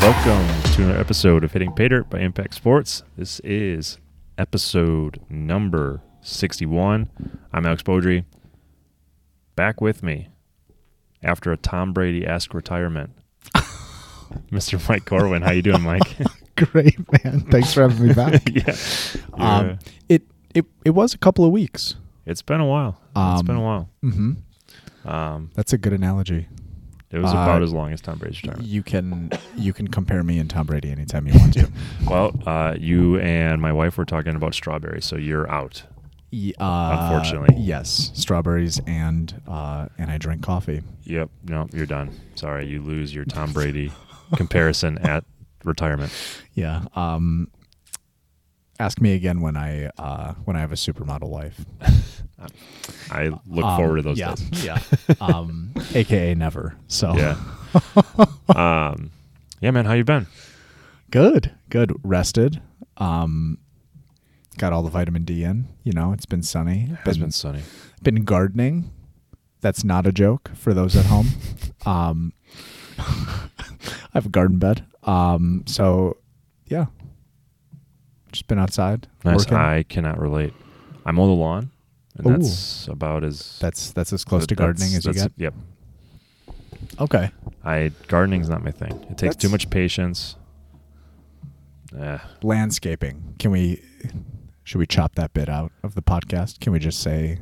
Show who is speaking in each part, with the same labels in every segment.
Speaker 1: Welcome to another episode of Hitting Pay Dirt by Impact Sports. This is episode number 61. I'm Alex Beaudry. Back with me after a Tom Brady ask retirement. Mr. Mike Corwin, how you doing, Mike?
Speaker 2: Great man. Thanks for having me back.
Speaker 1: yeah.
Speaker 2: um, it it it was a couple of weeks.
Speaker 1: It's been a while. it's
Speaker 2: Um,
Speaker 1: been a while.
Speaker 2: Mm-hmm.
Speaker 1: Um,
Speaker 2: That's a good analogy.
Speaker 1: it was
Speaker 2: uh,
Speaker 1: about as long as Tom Brady's retirement.
Speaker 2: You can you can compare me and Tom Brady anytime you want to.
Speaker 1: Well, uh, you and my wife were talking about strawberry, so you're out.
Speaker 2: Ye- uh,
Speaker 1: Unfortunately.
Speaker 2: yes, strawberries and uh, and I drink coffee.
Speaker 1: Yep. No, you're done. Sorry, you lose your Tom Brady comparison at retirement.
Speaker 2: Yeah. Um, ask me again when I uh, when I have a supermodel life.
Speaker 1: I look
Speaker 2: Um,
Speaker 1: forward to those
Speaker 2: yeah,
Speaker 1: days.
Speaker 2: Yeah. um, AKA never. So
Speaker 1: Yeah. um, yeah, man. How you been?
Speaker 2: Good, good. Rested. Um, got all the vitamin D in. You know, it's been sunny. been,
Speaker 1: sunny.
Speaker 2: been gardening. That's not a joke for those at home. um, I have a garden bed. Um, so yeah, just been outside.
Speaker 1: Nice.
Speaker 2: working.
Speaker 1: I cannot relate. I mow the lawn, and
Speaker 2: Ooh.
Speaker 1: that's about as
Speaker 2: That's that's as close
Speaker 1: that-
Speaker 2: to gardening
Speaker 1: that's-
Speaker 2: as you
Speaker 1: that's-
Speaker 2: get.
Speaker 1: Yep.
Speaker 2: Okay.
Speaker 1: I gardening's not my thing. It takes too
Speaker 2: That's-
Speaker 1: much patience. Eh,
Speaker 2: Landscaping. Can we? Should we chop that bit out of the podcast? Can we just say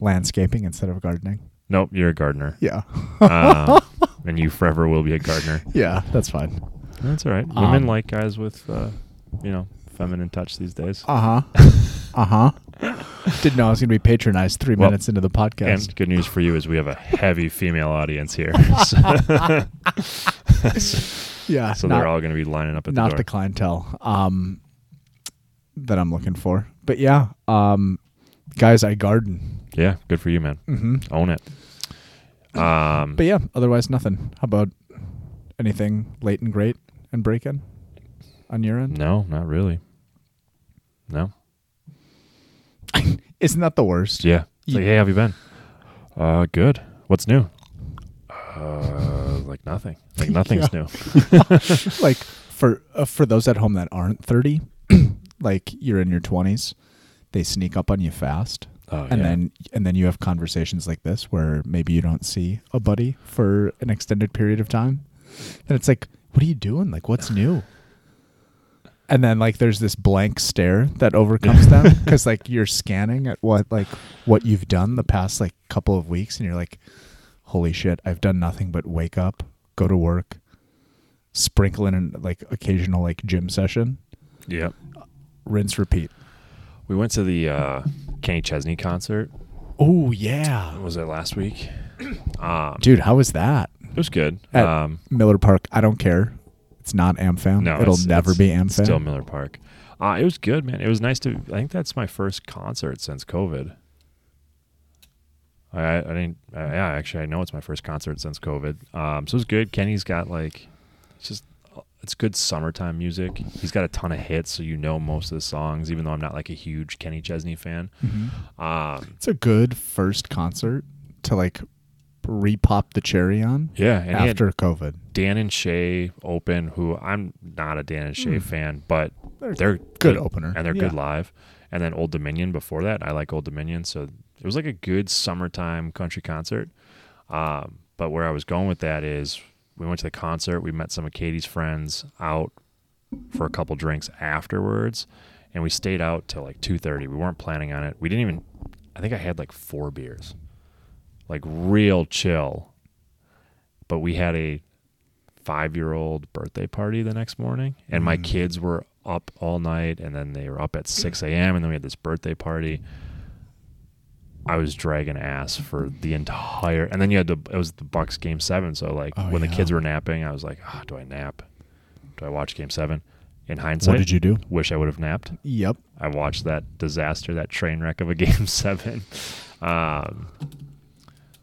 Speaker 2: landscaping instead of gardening?
Speaker 1: nope. You're a gardener,
Speaker 2: Yeah.
Speaker 1: um, and you forever will be a gardener.
Speaker 2: Yeah, that's fine.
Speaker 1: That's all right. Women
Speaker 2: Um,
Speaker 1: like guys with, uh, you know, feminine touch these days.
Speaker 2: Uh huh. uh huh. Didn't know I was going to be patronized three
Speaker 1: Well,
Speaker 2: minutes into the podcast.
Speaker 1: And good news for you is we have a heavy female audience here. so
Speaker 2: yeah,
Speaker 1: so
Speaker 2: not,
Speaker 1: they're all going to be lining up at
Speaker 2: not
Speaker 1: the
Speaker 2: the,
Speaker 1: door.
Speaker 2: clientele um, that I'm looking for. But yeah, um, guys, I garden.
Speaker 1: yeah, good for you, man.
Speaker 2: hmm
Speaker 1: Own it. Um,
Speaker 2: But yeah, otherwise nothing. How about anything late and great and breaking on your end?
Speaker 1: no, not really. No.
Speaker 2: Isn't that the worst?
Speaker 1: Yeah. It's
Speaker 2: You-
Speaker 1: like, hey, how have you been? Uh, good. What's new? Uh, like nothing. Like nothing's new.
Speaker 2: like for uh, for those at home that aren't 30, like you're in your 20s, they sneak up on you fast.
Speaker 1: Oh,
Speaker 2: and
Speaker 1: yeah.
Speaker 2: then and then you have conversations like this where maybe you don't see a buddy for an extended period of time and it's like what are you doing like what's new and then like there's this blank stare that overcomes them because like you're scanning at what like what you've done the past like couple of weeks and you're like holy shit i've done nothing but wake up go to work sprinkle in an like occasional like gym session
Speaker 1: yeah.
Speaker 2: rinse repeat
Speaker 1: We went to the uh, Kenny Chesney concert.
Speaker 2: oh yeah
Speaker 1: Was it last week? Um,
Speaker 2: dude how was that
Speaker 1: it was good.
Speaker 2: At-
Speaker 1: um,
Speaker 2: Miller Park. I don't care. It's not AmFam.
Speaker 1: No,
Speaker 2: it'll
Speaker 1: it's-
Speaker 2: never
Speaker 1: it's
Speaker 2: be AmFam.
Speaker 1: Still Miller Park. Uh, it was good, man. It was nice to. I think that's my first concert since COVID. I I I didn't. Uh, yeah, actually, I know it's my first concert since COVID. Um, so it was good. Kenny's got like, it's just uh, it's good summertime music. He's got a ton of hits, so you know most of the songs. Even though I'm not like a huge Kenny Chesney fan.
Speaker 2: Mm-hmm.
Speaker 1: Um,
Speaker 2: It's a good first concert to like repop the cherry on
Speaker 1: yeah, and he had
Speaker 2: after COVID.
Speaker 1: Dan and Shay open, who I'm not a Dan and Shay fan, but
Speaker 2: They're
Speaker 1: they're,
Speaker 2: Hmm. good opener.
Speaker 1: and they're
Speaker 2: Yeah.
Speaker 1: good live. And then Old Dominion before that, I like Old Dominion, so it was like a good summertime country concert. Um, but where I was going with that is, we went to the concert, we met some of Katie's friends out for a couple drinks afterwards, and we stayed out till like two thirty. We weren't planning on it. We didn't even. I think I had like four beers, like real chill. But we had a five year old birthday party the next morning, and my kids were up all night, and then they were up at 6
Speaker 2: Mm.
Speaker 1: a.m., and then we had this birthday party. I was dragging ass for the entire, and then you had the it was the Bucks game seven, so like
Speaker 2: Oh,
Speaker 1: when
Speaker 2: yeah.
Speaker 1: the kids were napping, I was like, ah, do I nap? Do I watch game seven? In hindsight,
Speaker 2: What did you do?
Speaker 1: wish I would have napped.
Speaker 2: Yep.
Speaker 1: I watched that disaster, that train wreck of a game seven. Um,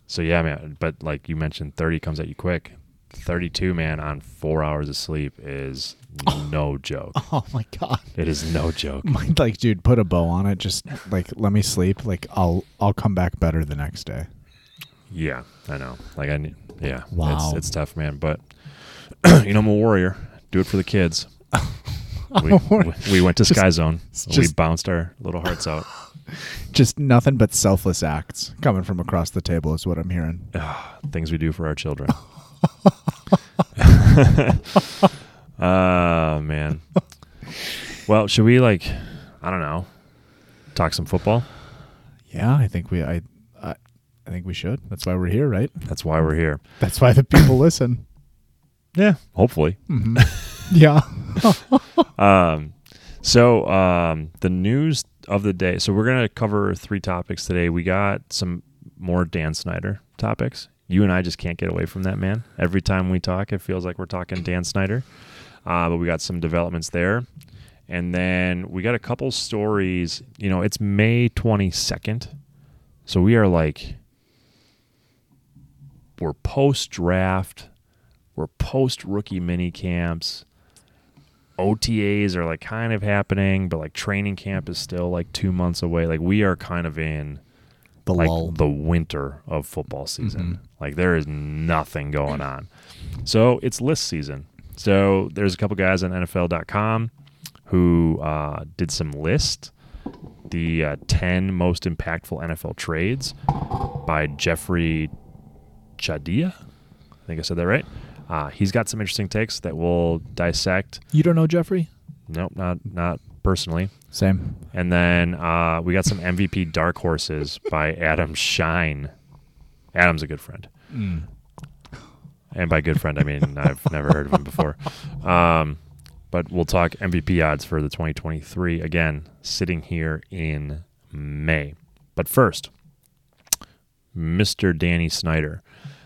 Speaker 1: so yeah, man. But like you mentioned, thirty comes at you quick. 32 man on four hours of sleep is no joke.
Speaker 2: Oh my god.
Speaker 1: It is no joke.
Speaker 2: Mind like, dude, put a bow on it. Just like let me sleep. Like I'll I'll come back better the next day.
Speaker 1: Yeah, I know. Like I need. Yeah,
Speaker 2: Wow.
Speaker 1: It's, it's tough, man. But you know, I'm a warrior. Do it for the kids. We, we, we went to
Speaker 2: Just-
Speaker 1: Sky Zone. we
Speaker 2: just-
Speaker 1: bounced our little hearts out.
Speaker 2: Just nothing but selfless acts coming from across the table is what I'm hearing.
Speaker 1: Ah, Things we do for our children. Ah man. Well, should we like? I don't know. Talk some football.
Speaker 2: Yeah, I think we I I, I think we should. That's why we're here, right?
Speaker 1: That's why we're here.
Speaker 2: That's why the people listen.
Speaker 1: Yeah, hopefully.
Speaker 2: Mm-hmm. Yeah.
Speaker 1: Um, so um, the news of the day. So we're gonna cover three topics today. We got some more Dan Snyder topics. You and I just can't get away from that man. Every time we talk, it feels like we're talking Dan Snyder. Uh, but we got some developments there, and then we got a couple stories. You know, it's May twenty second, so we are like we're post draft, we're post rookie mini camps. OTAs are like kind of happening, but like training camp is still like two months away. Like we are kind of in
Speaker 2: The
Speaker 1: like
Speaker 2: lull.
Speaker 1: the winter of football season. Like there is nothing going on. So it's list season. So there's a couple guys on NFL.com who uh, did some list the uh, 10 most impactful NFL trades by Jeffrey Chadia. I think I said that right. Uh, he's got some interesting takes that we'll dissect.
Speaker 2: You don't know Jeffrey?
Speaker 1: Nope, not not personally.
Speaker 2: Same.
Speaker 1: And then uh, we got some MVP dark horses by Adam Shine. Adam's a good friend,
Speaker 2: Mm.
Speaker 1: and by good friend I mean I've never heard of him before. Um, but we'll talk MVP odds for the 2023 again, sitting here in May. But first, Mr. Danny Snyder.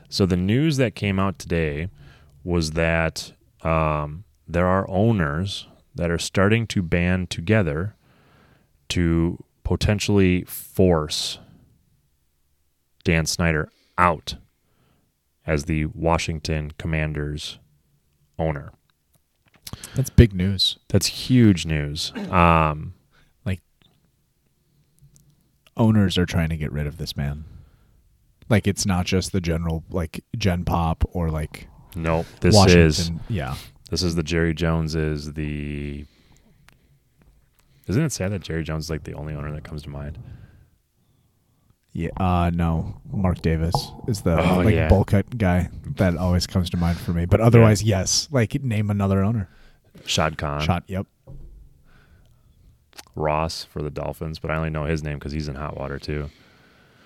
Speaker 1: So the news that came out today was that um, there are owners that are starting to band together to potentially force Dan Snyder out as the Washington Commanders owner.
Speaker 2: That's big news.
Speaker 1: That's huge news. Um,
Speaker 2: Owners are trying to get rid of this man. Like it's not just the general like Gen Pop or like
Speaker 1: no, this
Speaker 2: Washington.
Speaker 1: is
Speaker 2: yeah.
Speaker 1: this is the Jerry Jones is the. Isn't it sad that Jerry Jones is like the only owner that comes to mind?
Speaker 2: Yeah. Uh no. Mark Davis is the
Speaker 1: Oh,
Speaker 2: like
Speaker 1: yeah.
Speaker 2: bowl cut guy that always comes to mind for me. But otherwise, yes. Like name another owner.
Speaker 1: Shad Khan,
Speaker 2: Shot. Yep.
Speaker 1: Ross for the Dolphins, but I only know his name because he's in hot water too.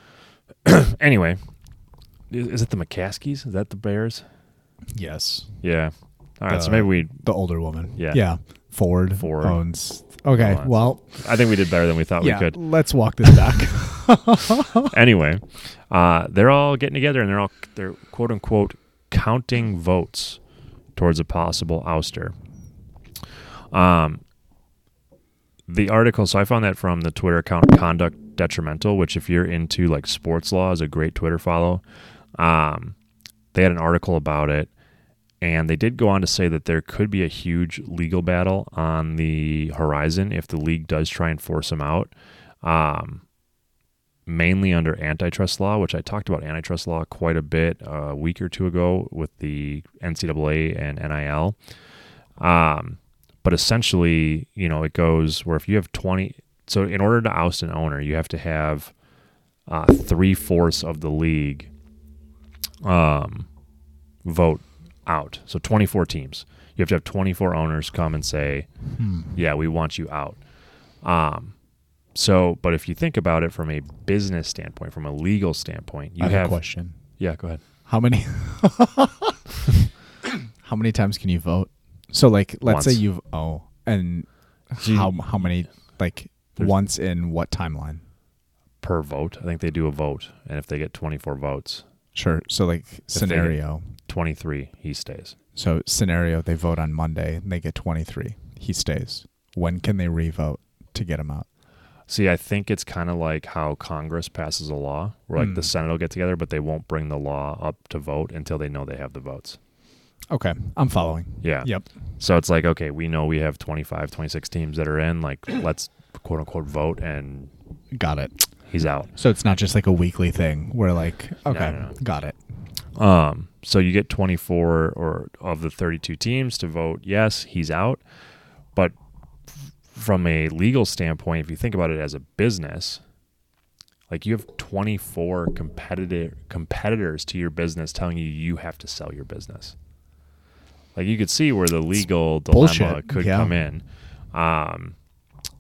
Speaker 1: anyway, i- is it the McCaskies? Is that the Bears?
Speaker 2: Yes.
Speaker 1: Yeah. All right. so
Speaker 2: The-
Speaker 1: maybe we.
Speaker 2: The older woman.
Speaker 1: Yeah.
Speaker 2: Yeah. Ford.
Speaker 1: Ford.
Speaker 2: owns. Okay.
Speaker 1: Owns.
Speaker 2: Well.
Speaker 1: I think we did better than we thought
Speaker 2: Yeah.
Speaker 1: we could.
Speaker 2: Let's walk this back.
Speaker 1: Anyway, uh, they're all getting together and they're all they're quote unquote counting votes towards a possible ouster. Um, the article. So I found that from the Twitter account Conduct Detrimental, which if you're into like sports law is a great Twitter follow. Um, they had an article about it. And they did go on to say that there could be a huge legal battle on the horizon if the league does try and force him out, um, mainly under antitrust law, which I talked about antitrust law quite a bit a week or two ago with the NCAA and NIL. Um, but essentially, you know, it goes where if you have 20, so in order to oust an owner, you have to have uh, three fourths of the league um, vote out. So 24 teams. You have to have 24 owners come and say,
Speaker 2: Hmm.
Speaker 1: yeah, we want you out. Um, so, but if you think about it from a business standpoint, from a legal standpoint, you
Speaker 2: I have,
Speaker 1: have.
Speaker 2: a question.
Speaker 1: Yeah, go ahead.
Speaker 2: How many? how many times can you vote? So like, let's say
Speaker 1: Once.
Speaker 2: you've oh, and
Speaker 1: Do you-
Speaker 2: how how many like
Speaker 1: There's-
Speaker 2: once in what timeline?
Speaker 1: Per vote. I think they do a vote. And if they get 24 votes,
Speaker 2: Sure. So like
Speaker 1: they get-
Speaker 2: scenario.
Speaker 1: 23, he stays.
Speaker 2: So scenario, they vote on Monday and they get twenty three. He stays. When can they revote to get him out?
Speaker 1: See, I think it's kind of like how Congress passes a Hmm. law where like the Senate will get together, but they won't bring the law up to vote until they know they have the votes.
Speaker 2: Okay, I'm following.
Speaker 1: Yeah.
Speaker 2: Yep.
Speaker 1: So it's like, okay, we know we have 25, 26 teams that are in. Like, let's quote unquote vote, and
Speaker 2: Got it.
Speaker 1: he's out.
Speaker 2: So it's not just like a weekly thing where like okay,
Speaker 1: no, no.
Speaker 2: got it.
Speaker 1: Um, so you get 24 or of the 32 teams to vote yes, he's out. But f- from a legal standpoint, if you think about it as a business, like you have 24 competitive competitors to your business telling you you have to sell your business. Like you could see where the legal dilemma
Speaker 2: bullshit,
Speaker 1: could
Speaker 2: yeah.
Speaker 1: come in. Um,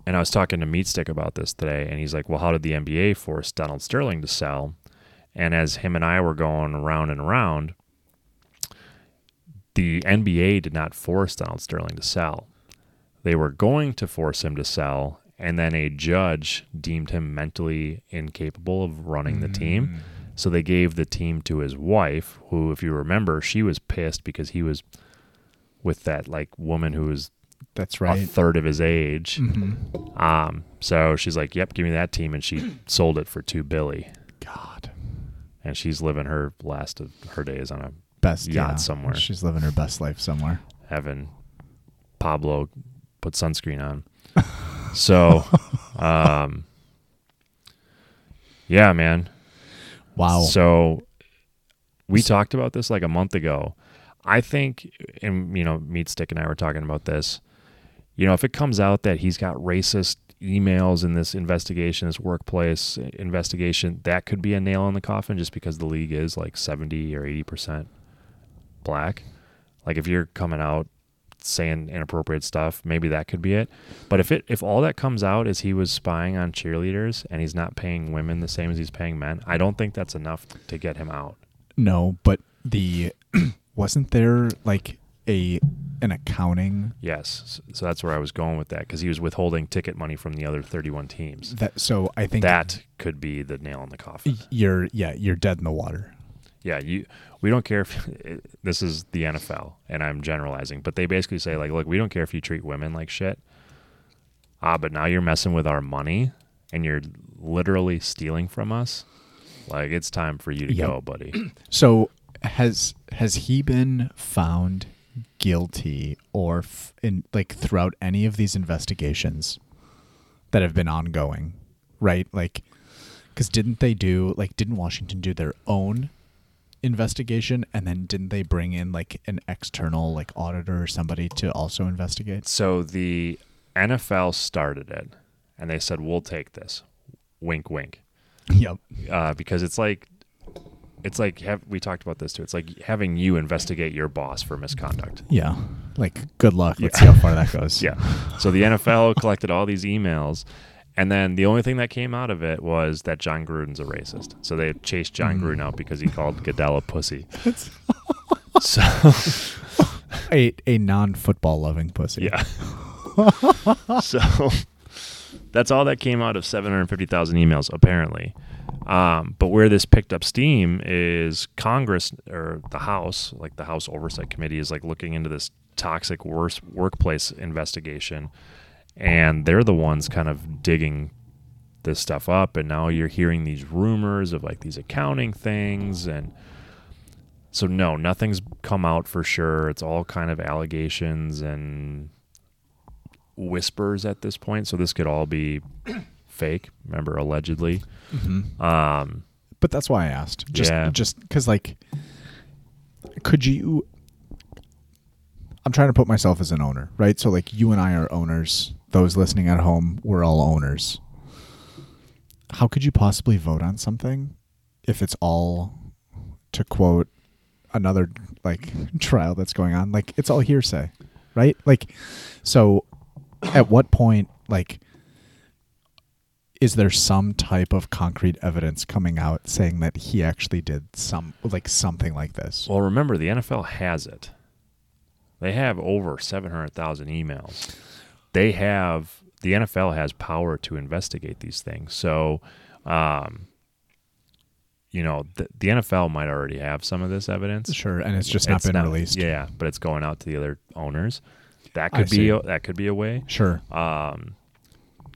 Speaker 1: and I was talking to Meatstick about this today, and he's like, "Well, how did the NBA force Donald Sterling to sell?" And as him and I were going around and around, the NBA did not force Donald Sterling to sell. They were going to force him to sell, and then a judge deemed him mentally incapable of running
Speaker 2: Hmm.
Speaker 1: the team. So they gave the team to his wife, who, if you remember, she was pissed because he was with that like woman who was
Speaker 2: That's
Speaker 1: a
Speaker 2: right.
Speaker 1: third of his age.
Speaker 2: hmm
Speaker 1: Um, so she's like, "Yep, give me that team," and she sold it for two billy.
Speaker 2: God,
Speaker 1: And she's living her last of her days on a
Speaker 2: best
Speaker 1: Yacht
Speaker 2: yeah.
Speaker 1: somewhere.
Speaker 2: She's living her best life somewhere.
Speaker 1: having Pablo put sunscreen on. So, um, yeah, man.
Speaker 2: Wow.
Speaker 1: So we talked about this like a month ago. I think, and you know, Meat Stick and I were talking about this. You know, if it comes out that he's got racist emails in this investigation, this workplace investigation, that could be a nail in the coffin just because the league is like 70 or 80% black. Like if you're coming out saying inappropriate stuff, maybe that could be it. But if it if all that comes out is he was spying on cheerleaders and he's not paying women the same as he's paying men, I don't think that's enough to get him out.
Speaker 2: no, but the wasn't there like a an accounting
Speaker 1: Yes. So that's where I was going with that because he was withholding ticket money from the other 31 teams.
Speaker 2: that so I think
Speaker 1: That could be the nail in the coffin.
Speaker 2: you're yeah, you're dead in the water.
Speaker 1: Yeah, you we don't care if this is the NFL and I'm generalizing, but they basically say like, look, we don't care if you treat women like shit. Ah, but now you're messing with our money and you're literally stealing from us. Like it's time for you to
Speaker 2: Yep.
Speaker 1: go, buddy.
Speaker 2: So has has he been found guilty or f- in like throughout any of these investigations that have been ongoing, right? Like cuz didn't they do like didn't Washington do their own investigation and then didn't they bring in like an external like auditor or somebody to also investigate?
Speaker 1: So the NFL started it and they said, We'll take this. Wink wink.
Speaker 2: Yep.
Speaker 1: uh, because it's like it's like have, we talked about this too. It's like having you investigate your boss for misconduct.
Speaker 2: Yeah. Like good luck. Let's see how far that goes.
Speaker 1: Yeah. So the NFL collected all these emails, and then the only thing that came out of it was that John Gruden's a racist. So they chased John Gruden out because he called Goodell a pussy. so
Speaker 2: A a non-football loving pussy.
Speaker 1: yeah. so that's all that came out of 750,000 emails apparently. Um, but where this picked up steam is Congress or the House, like the House Oversight Committee, is like looking into this toxic worse workplace investigation, and they're the ones kind of digging this stuff up. And now you're hearing these rumors of like these accounting things, and so no, nothing's come out for sure. It's all kind of allegations and whispers at this point. So this could all be fake. Remember, allegedly.
Speaker 2: Mhm.
Speaker 1: Um,
Speaker 2: But that's why I asked. Just
Speaker 1: Yeah.
Speaker 2: just cuz like could you I'm trying to put myself as an owner, right? So like you and I are owners. Those listening at home, we're all owners. How could you possibly vote on something if it's all to quote another like trial that's going on? Like it's all hearsay, right? Like so at what point like is there some type of concrete evidence coming out saying that he actually did some like something like this?
Speaker 1: well, remember the NFL has it. They have over seven hundred thousand emails. They have the NFL has power to investigate these things. So, um, you know, the, the NFL might already have some of this evidence.
Speaker 2: Sure, and it's just not
Speaker 1: It's
Speaker 2: been released.
Speaker 1: Yeah, but it's going out to the other owners. That
Speaker 2: I
Speaker 1: could
Speaker 2: see.
Speaker 1: Uh, be a, that could be a way.
Speaker 2: Sure.
Speaker 1: Um,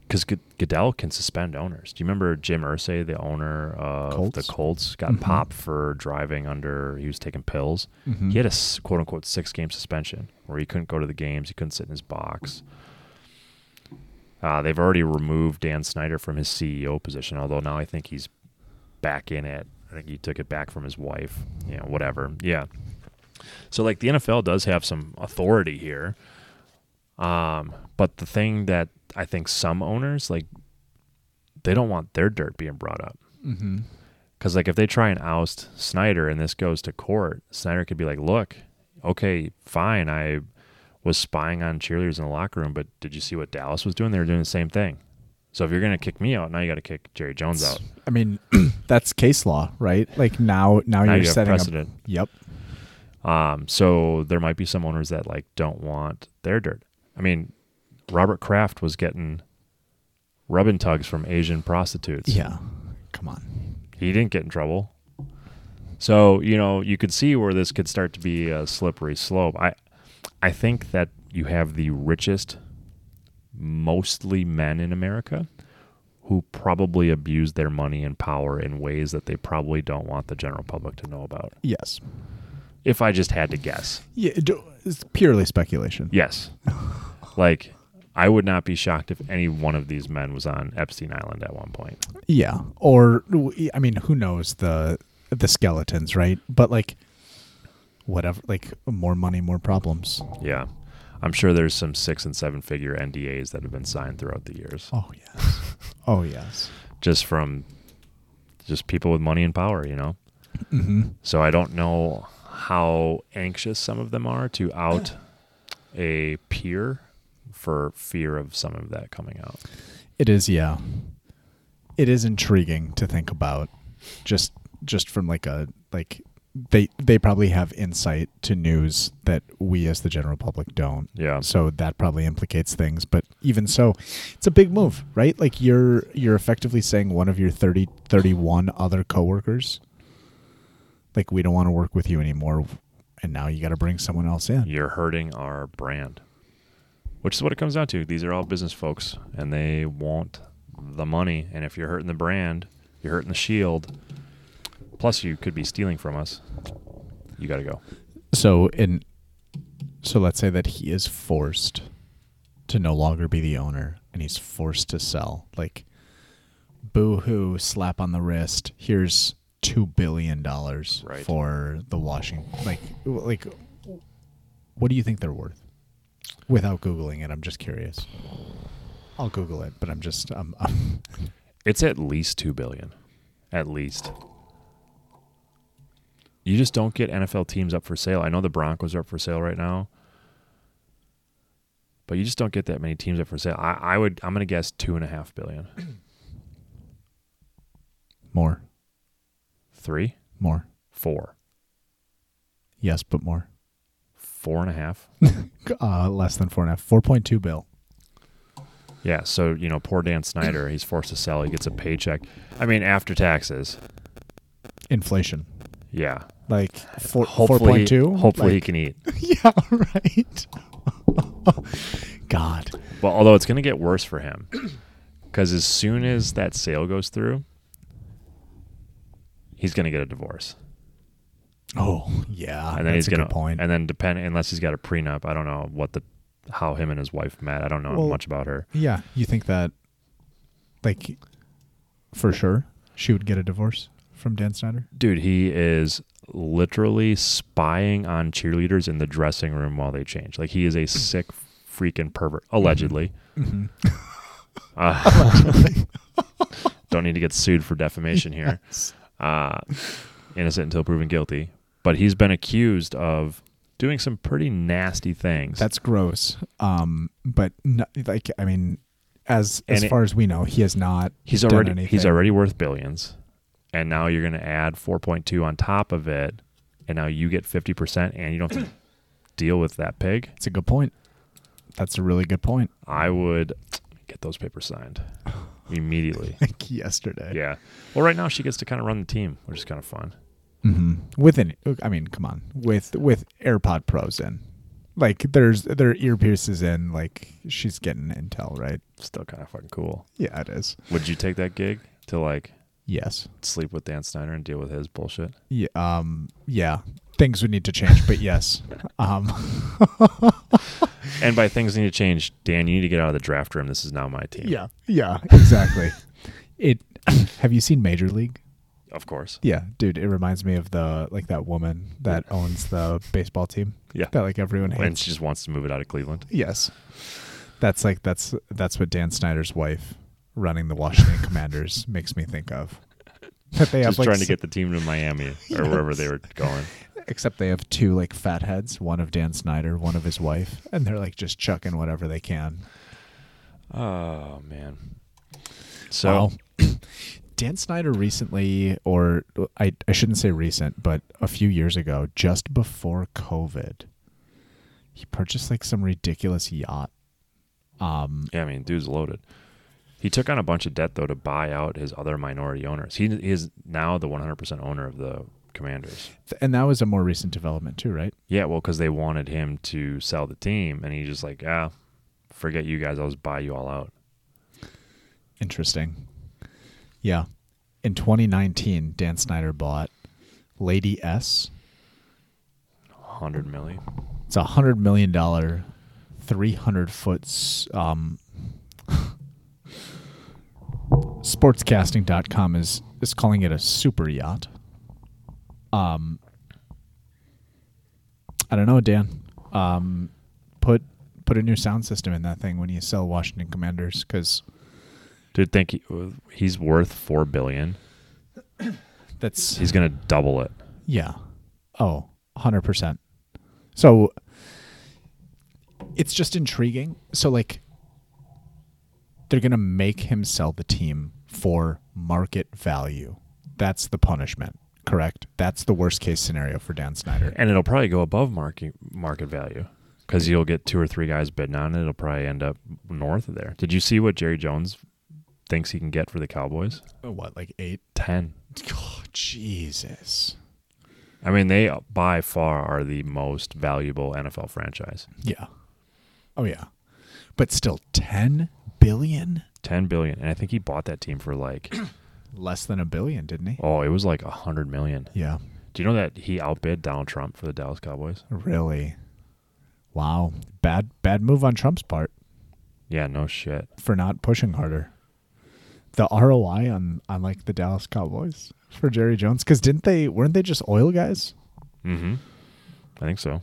Speaker 1: because Goodell can suspend owners. Do you remember Jim Ursay, the owner of
Speaker 2: Colts?
Speaker 1: the Colts, got
Speaker 2: Mhm.
Speaker 1: popped for driving under? He was taking pills.
Speaker 2: Mhm.
Speaker 1: He had a s- quote unquote six game suspension where he couldn't go to the games, he couldn't sit in his box. Uh, they've already removed Dan Snyder from his CEO position, although now I think he's back in it. I think he took it back from his wife. You know, whatever. Yeah. So like the NFL does have some authority here. Um, but the thing that I think some owners like they don't want their dirt being brought up.
Speaker 2: Mhm.
Speaker 1: Because like if they try and oust Snyder and this goes to court, Snyder could be like, "Look, okay, fine, I was spying on cheerleaders in the locker room, but did you see what Dallas was doing? They were doing the same thing. So if you're gonna kick me out, now you got to kick Jerry Jones out.
Speaker 2: I mean, that's case law, right? Like now, now,
Speaker 1: now
Speaker 2: you're
Speaker 1: you have
Speaker 2: setting up.
Speaker 1: precedent.
Speaker 2: Yep.
Speaker 1: Um, so there might be some owners that like don't want their dirt. I mean, Robert Kraft was getting rub and tugs from Asian prostitutes.
Speaker 2: Yeah. Come on.
Speaker 1: he didn't get in trouble. So you know you could see where this could start to be a slippery slope. I I think that you have the richest, mostly men in America, who probably abuse their money and power in ways that they probably don't want the general public to know about.
Speaker 2: Yes.
Speaker 1: If I just had to guess,
Speaker 2: Yeah. do- It's purely speculation.
Speaker 1: yes, like. I would not be shocked if any one of these men was on Epstein Island at one point.
Speaker 2: Yeah. Or I mean, who knows the the skeletons, right? But like, whatever. Like, more money, more problems.
Speaker 1: Yeah. I'm sure there's some six and seven figure NDAs that have been signed throughout the years.
Speaker 2: Oh yes. oh yes.
Speaker 1: just from just people with money and power, you know.
Speaker 2: Mm-hmm.
Speaker 1: So I don't know how anxious some of them are to out a peer for fear of some of that coming out.
Speaker 2: It is, yeah. It is intriguing to think about just just from like a like they they probably have insight to news that we as the general public don't.
Speaker 1: Yeah.
Speaker 2: So that probably implicates things, but even so, it's a big move, right? Like you're you're effectively saying one of your 30 31 other coworkers like we don't want to work with you anymore and now you got to bring someone else in.
Speaker 1: You're hurting our brand. Which is what it comes down to. These are all business folks and they want the money and if you're hurting the brand, you're hurting the shield. Plus you could be stealing from us. You got to go.
Speaker 2: So in so let's say that he is forced to no longer be the owner and he's forced to sell. Like boo hoo, slap on the wrist. Here's 2 billion dollars
Speaker 1: Right.
Speaker 2: for the Washington like like what do you think they're worth? Without googling it, I'm just curious. I'll google it, but I'm just um, um
Speaker 1: It's at least two billion, at least. You just don't get NFL teams up for sale. I know the Broncos are up for sale right now, but you just don't get that many teams up for sale. I, I would, I'm gonna guess two and a half billion,
Speaker 2: more,
Speaker 1: three,
Speaker 2: more.
Speaker 1: four,
Speaker 2: Yes, but more.
Speaker 1: four and a half.
Speaker 2: Uh, less than four and a half. 4.2 bill.
Speaker 1: Yeah. So you know, poor Dan Snyder, he's forced to sell. He gets a paycheck. I mean, after taxes.
Speaker 2: Inflation.
Speaker 1: Yeah.
Speaker 2: like four four
Speaker 1: Hopefully,
Speaker 2: point two.
Speaker 1: hopefully he can eat.
Speaker 2: yeah, right. God,
Speaker 1: Well, although it's going to get worse for him, because as soon as that sale goes through, he's going to get a divorce,
Speaker 2: oh yeah,
Speaker 1: and then
Speaker 2: that's
Speaker 1: he's
Speaker 2: a good
Speaker 1: going to
Speaker 2: point.
Speaker 1: And then depend unless he's got a prenup, I don't know what the how him and his wife met. I don't know
Speaker 2: Well-
Speaker 1: much about her.
Speaker 2: yeah, you think that, like, for sure, she would get a divorce from Dan Snyder?
Speaker 1: Dude, he is literally spying on cheerleaders in the dressing room while they change. Like he is a sick freaking pervert, allegedly.
Speaker 2: Mm-hmm.
Speaker 1: Uh, don't need to get sued for defamation here. uh, innocent until proven guilty. But he's been accused of doing some pretty nasty things.
Speaker 2: That's gross. Um, but no, like, I mean, as as
Speaker 1: And it-
Speaker 2: far as we know, he has not.
Speaker 1: he's
Speaker 2: done
Speaker 1: already
Speaker 2: anything.
Speaker 1: he's already worth billions, and now you're going to add 4.2 on top of it, and now you get 50 percent, and you don't have to deal with that pig.
Speaker 2: It's a good point. That's a really good point.
Speaker 1: I would get those papers signed immediately.
Speaker 2: Like yesterday.
Speaker 1: yeah. Well, right now she gets to kind of run the team, which is kind of fun.
Speaker 2: Mm-hmm. With an, I mean, come on, with with AirPod Pros in, Like there's there are ear pierces in. Like she's getting intel, right?
Speaker 1: Still kind of fucking cool.
Speaker 2: Yeah, it is.
Speaker 1: Would you take that gig to like
Speaker 2: Yes.
Speaker 1: sleep with Dan Snyder and deal with his bullshit?
Speaker 2: Yeah. Um. Yeah. Things would need to change, but yes. Um.
Speaker 1: And by things need to change, Dan, you need to get out of the draft room. This is now my team.
Speaker 2: Yeah. Yeah. Exactly. it. Have you seen Major League?
Speaker 1: Of course.
Speaker 2: Yeah, dude. It reminds me of the like that woman that owns the baseball team.
Speaker 1: Yeah.
Speaker 2: That like everyone hates.
Speaker 1: And she just wants to move it out of Cleveland.
Speaker 2: Yes. That's like that's that's what Dan Snyder's wife running the Washington Commanders makes me think of. That they
Speaker 1: Just
Speaker 2: have like
Speaker 1: trying to
Speaker 2: s-
Speaker 1: get the team to Miami or wherever they were going.
Speaker 2: except they have two like fat heads, one of Dan Snyder, one of his wife, and they're like just chucking whatever they can.
Speaker 1: Oh man. So
Speaker 2: Wow. Dan Snyder recently or I I shouldn't say recent, but a few years ago, just before COVID, he purchased like some ridiculous yacht. Um
Speaker 1: yeah, I mean, dude's loaded. He took on a bunch of debt though to buy out his other minority owners. He is now the 100% owner of the Commanders.
Speaker 2: th- and that was a more recent development too, right?
Speaker 1: Yeah, well, because they wanted him to sell the team, and he just like, ah, forget you guys. I'll just buy you all out.
Speaker 2: Interesting. Yeah. In 2019, Dan Snyder bought Lady S.
Speaker 1: Hundred million.
Speaker 2: It's a $100 million, 300 foot s- um, sportscasting.com is, is calling it a super yacht. Um, I don't know, Dan. Um, put put a new sound system in that thing when you sell Washington Commanders because
Speaker 1: Dude, think he, he's worth four billion.
Speaker 2: that's
Speaker 1: He's gonna double it.
Speaker 2: Yeah. Oh, 100%. So it's just intriguing. So, like, they're going to make him sell the team for market value. That's the punishment, correct? That's the worst case scenario for Dan Snyder.
Speaker 1: and it'll probably go above market market value because you'll get two or three guys bidding on it. It'll probably end up north of there. Did you see what Jerry Jones thinks he can get for the Cowboys?
Speaker 2: What, like eight?
Speaker 1: Ten.
Speaker 2: Oh, Jesus.
Speaker 1: I mean, they uh, by far are the most valuable NFL franchise.
Speaker 2: Yeah. Oh, yeah. But still, 10 billion?
Speaker 1: Ten billion, and I think he bought that team for like
Speaker 2: Less than a billion, didn't he?
Speaker 1: oh, it was like a hundred million.
Speaker 2: Yeah.
Speaker 1: Do you know that he outbid Donald Trump for the Dallas Cowboys?
Speaker 2: Really? Wow. Bad bad move on Trump's part
Speaker 1: Yeah, no shit.
Speaker 2: for not pushing harder. The ROI on on like the Dallas Cowboys for Jerry Jones cuz didn't they weren't they just oil guys?
Speaker 1: Mm-hmm. I think so.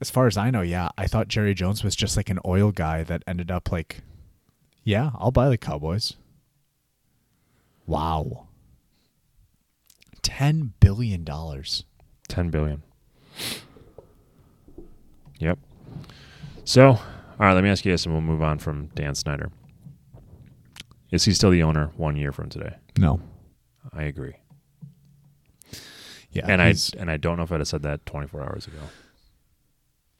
Speaker 2: As far as I know, yeah. I thought Jerry Jones was just like an oil guy that ended up like yeah, I'll buy the Cowboys. Wow. 10 billion dollars.
Speaker 1: Ten billion. Yep. So, all right. Let me ask you this, and we'll move on from Dan Snyder. Is he still the owner one year from today?
Speaker 2: No.
Speaker 1: I agree,
Speaker 2: Yeah.
Speaker 1: and I
Speaker 2: he's-
Speaker 1: and I don't know if I'd have said that 24 hours ago.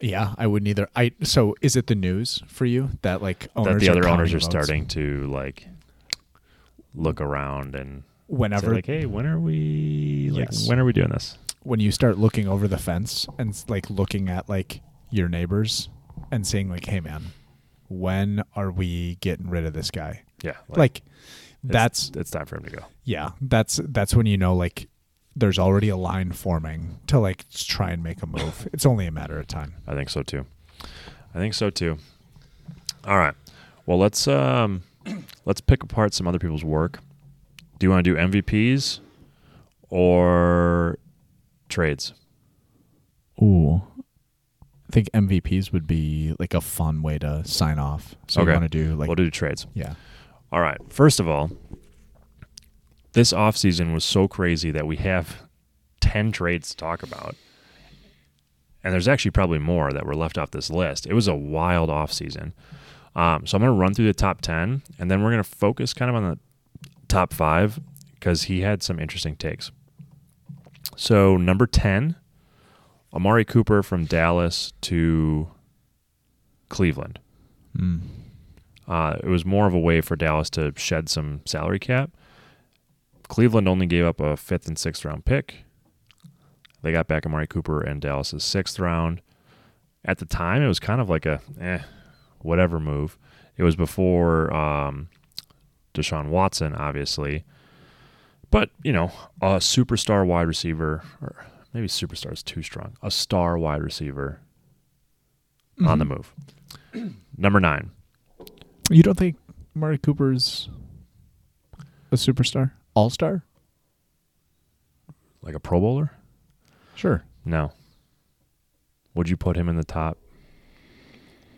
Speaker 2: Yeah, I wouldn't either. I so is it the news for you that like owners
Speaker 1: that the other owners
Speaker 2: counting
Speaker 1: are
Speaker 2: votes?
Speaker 1: starting to like look around and say
Speaker 2: whenever
Speaker 1: like, "Hey, when are we? Like,
Speaker 2: Yes.
Speaker 1: when are we doing this?"
Speaker 2: when you start looking over the fence and s- like looking at like your neighbors and saying like, "Hey, man, when are we getting rid of this guy?"
Speaker 1: Yeah,
Speaker 2: Like, that's
Speaker 1: it's time for him to go.
Speaker 2: yeah, that's that's when you know like there's already a line forming to like s- try and make a move. it's only a matter of time.
Speaker 1: I think so too. I think so too. All right. Well, let's um, let's pick apart some other people's work. Do you want to do MVPs or trades?
Speaker 2: Ooh. I think MVPs would be like a fun way to sign off. So
Speaker 1: you
Speaker 2: you
Speaker 1: Okay.
Speaker 2: want
Speaker 1: wanna
Speaker 2: to do like
Speaker 1: we'll do trades.
Speaker 2: yeah.
Speaker 1: All right. First of all, this offseason was so crazy that we have 10 trades to talk about. And there's actually probably more that were left off this list. It was a wild offseason. Um, so I'm going to run through the top 10, and then we're going to focus kind of on the top five because he had some interesting takes. So, number 10, Amari Cooper from Dallas to Cleveland.
Speaker 2: Hmm.
Speaker 1: Uh, it was more of a way for Dallas to shed some salary cap. Cleveland only gave up a fifth and sixth round pick. They got back Amari Cooper and Dallas's sixth round. at the time it was kind of like a eh, whatever move. It was before um, Deshaun Watson, obviously, but you know, a superstar wide receiver, or maybe superstar is too strong, a star wide receiver on the move. Number nine,
Speaker 2: You don't think Murray Cooper's a superstar, all star?
Speaker 1: like a Pro Bowler?
Speaker 2: Sure.
Speaker 1: No. Would you put him in the top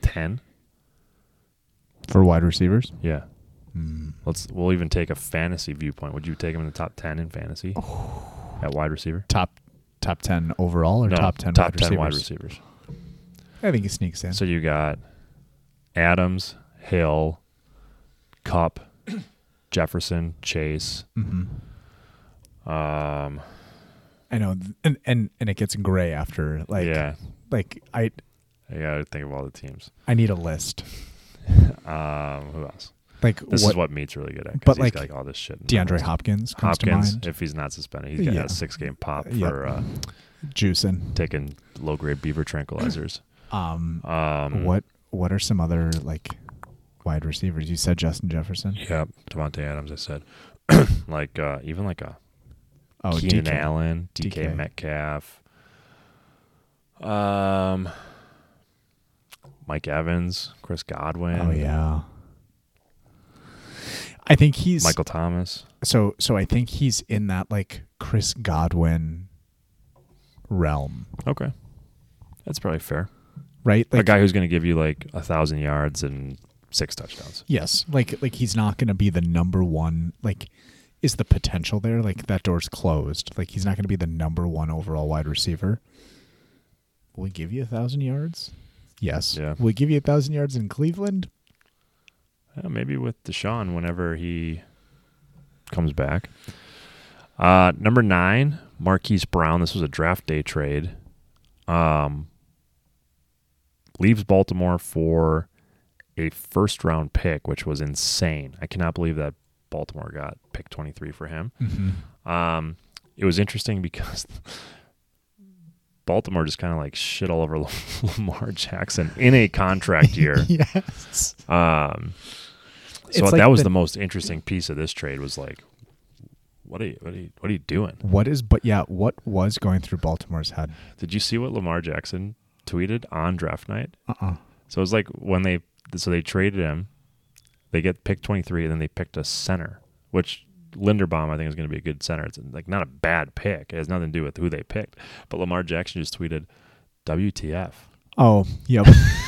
Speaker 1: ten?
Speaker 2: For wide receivers,
Speaker 1: Yeah.
Speaker 2: Hmm.
Speaker 1: Let's we'll even take a fantasy viewpoint. Would you take him in the top ten in fantasy at wide receiver?
Speaker 2: top top ten overall Oh. or
Speaker 1: No,
Speaker 2: top ten
Speaker 1: top
Speaker 2: wide
Speaker 1: ten
Speaker 2: receivers?
Speaker 1: wide receivers.
Speaker 2: I think he sneaks in.
Speaker 1: So you got Adams, Hill, Cup, Jefferson, Chase.
Speaker 2: hmm
Speaker 1: Um,
Speaker 2: I know, th- and and and it gets gray after like
Speaker 1: yeah,
Speaker 2: like I
Speaker 1: I gotta think of all the teams.
Speaker 2: I need a list.
Speaker 1: Um, who else?
Speaker 2: Like
Speaker 1: This is
Speaker 2: what,
Speaker 1: what Meat's really good at. 'cause
Speaker 2: but,
Speaker 1: he's
Speaker 2: like,
Speaker 1: got, all this shit.
Speaker 2: DeAndre Hopkins comes
Speaker 1: Hopkins,
Speaker 2: to mind.
Speaker 1: if he's not suspended, he's got
Speaker 2: Yeah.
Speaker 1: a six-game pop
Speaker 2: Yep.
Speaker 1: for uh,
Speaker 2: Juicing.
Speaker 1: taking low-grade beaver tranquilizers.
Speaker 2: Um,
Speaker 1: Um,
Speaker 2: what what are some other like wide receivers? You said Justin Jefferson.
Speaker 1: Yeah, Devontae Adams. I said, like uh, even like a
Speaker 2: Oh,
Speaker 1: Keenan
Speaker 2: DK.
Speaker 1: Allen, DK,
Speaker 2: DK.
Speaker 1: Metcalf, um, Mike Evans, Chris Godwin.
Speaker 2: Oh yeah. I think he's
Speaker 1: Michael Thomas.
Speaker 2: so so. I think he's in that like Chris Godwin realm,
Speaker 1: Okay, that's probably fair.
Speaker 2: right?
Speaker 1: a
Speaker 2: Like
Speaker 1: guy who's going to give you like a thousand yards and six touchdowns.
Speaker 2: yes, like like he's not going to be the number one. Like, is the potential there? Like that door's closed. Like he's not going to be the number one overall wide receiver. Will he give you a thousand yards? Yes.
Speaker 1: Yeah.
Speaker 2: Will he give you a thousand yards in Cleveland?
Speaker 1: Yeah, maybe with Deshaun whenever he comes back. Uh, number nine, Marquise Brown. This was a draft day trade. Um, leaves Baltimore for a first round pick, which was insane. I cannot believe that Baltimore got pick 23 for him.
Speaker 2: Mm-hmm.
Speaker 1: Um, it was interesting because Baltimore just kind of like shit all over Lamar Jackson in a contract year.
Speaker 2: Yes.
Speaker 1: Um, so
Speaker 2: It's
Speaker 1: that
Speaker 2: like
Speaker 1: was
Speaker 2: the-
Speaker 1: the, most interesting piece of this trade was like, what are you, what are you, what are you doing?
Speaker 2: What is but yeah, what was going through Baltimore's head?
Speaker 1: Did you see what Lamar Jackson tweeted on draft night?
Speaker 2: Uh-uh.
Speaker 1: So it was like when they, so they traded him, they get pick 23 and then they picked a center, which Linderbaum I think is going to be a good center. It's like not a bad pick. It has nothing to do with who they picked, but Lamar Jackson just tweeted WTF.
Speaker 2: Oh, yep.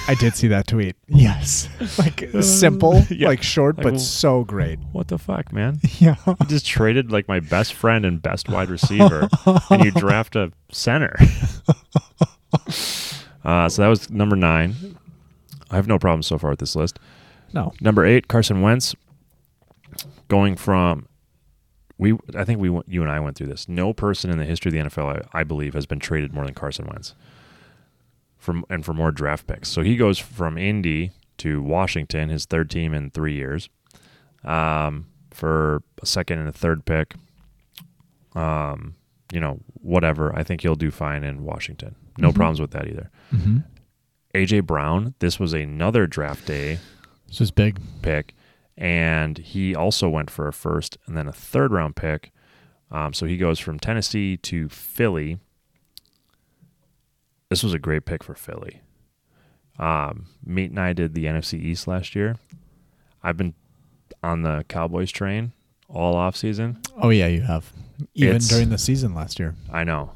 Speaker 2: I did see that tweet. Yes. Like simple,
Speaker 1: yeah.
Speaker 2: like short
Speaker 1: Like,
Speaker 2: but
Speaker 1: well-
Speaker 2: so great.
Speaker 1: What the fuck, man?
Speaker 2: Yeah.
Speaker 1: You just traded like my best friend and best wide receiver, and you draft a center. uh, so that was number nine. I have no problem so far with this list.
Speaker 2: No.
Speaker 1: Number eight, Carson Wentz, going from we. I think we went- you and I went through this. No person in the history of the NFL, I, I believe, has been traded more than Carson Wentz. From and for more draft picks, so he goes from Indy to Washington, his third team in three years, um, for a second and a third pick. Um, you know, whatever. I think he'll do fine in Washington. No problems with that either.
Speaker 2: Mm-hmm.
Speaker 1: AJ Brown. This was another draft day
Speaker 2: This was big.
Speaker 1: pick, and he also went for a first and then a third round pick. Um, so he goes from Tennessee to Philly. This was a great pick for Philly. Um, Meat and I did the NFC East last year. I've been on the Cowboys train all off season.
Speaker 2: Oh yeah, you have. Even
Speaker 1: It's-
Speaker 2: during the season last year.
Speaker 1: I know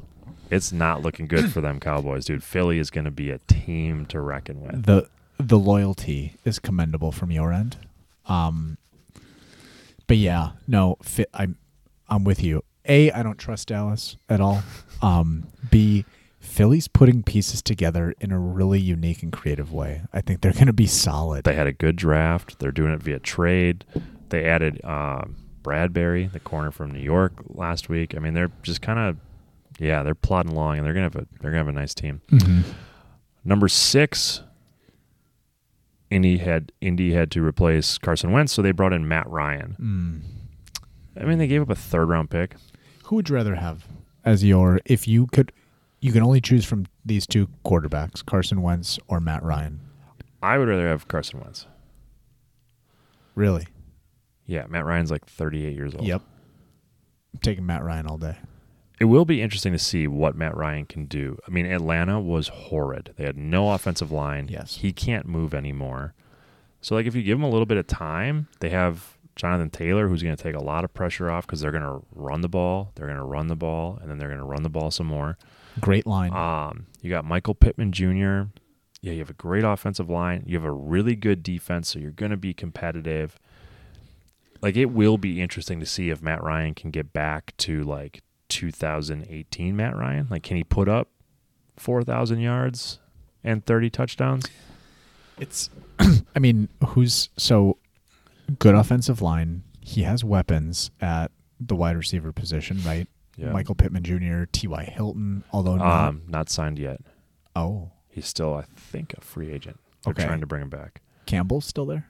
Speaker 1: it's not looking good for them Cowboys, dude. Philly is going to be a team to reckon with.
Speaker 2: The the loyalty is commendable from your end. Um but yeah, no, fit, I'm I'm with you. A, I don't trust Dallas at all. Um B Philly's putting pieces together in a really unique and creative way. I think they're going to be solid.
Speaker 1: They had a good draft. They're doing it via trade. They added um, Bradbury, the corner from New York, last week. I mean, they're just kind of, yeah, they're plodding along, and they're gonna have a they're gonna have a nice team.
Speaker 2: Mm-hmm.
Speaker 1: Number six, Indy had Indy had to replace Carson Wentz, so they brought in Matt Ryan.
Speaker 2: Mm.
Speaker 1: I mean, they gave up a third round pick.
Speaker 2: Who would you rather have as your if you could you can only choose from these two quarterbacks, Carson Wentz or Matt Ryan.
Speaker 1: I would rather have Carson Wentz.
Speaker 2: Really?
Speaker 1: Yeah, Matt Ryan's like 38 years old.
Speaker 2: Yep. I'm taking Matt Ryan all day.
Speaker 1: It will be interesting to see what Matt Ryan can do. I mean, Atlanta was horrid. They had no offensive line.
Speaker 2: Yes.
Speaker 1: He can't move anymore. So, like, if you give him a little bit of time, they have Jonathan Taylor, who's going to take a lot of pressure off because they're going to run the ball. They're going to run the ball, and then they're going to run the ball some more.
Speaker 2: Great line.
Speaker 1: Um, you got Michael Pittman Jr. Yeah, you have a great offensive line. You have a really good defense, so you're going to be competitive. Like it will be interesting to see if Matt Ryan can get back to like 2018 Matt Ryan. Like, can he put up 4,000 yards and 30 touchdowns?
Speaker 2: It's, I mean, who's so good offensive line? He has weapons at the wide receiver position, right?
Speaker 1: Yeah.
Speaker 2: Michael Pittman Jr., T.Y. Hilton, although not.
Speaker 1: Um, not signed yet.
Speaker 2: Oh,
Speaker 1: He's still, I think, a free agent. They're
Speaker 2: Okay.
Speaker 1: trying to bring him back.
Speaker 2: Campbell's still there?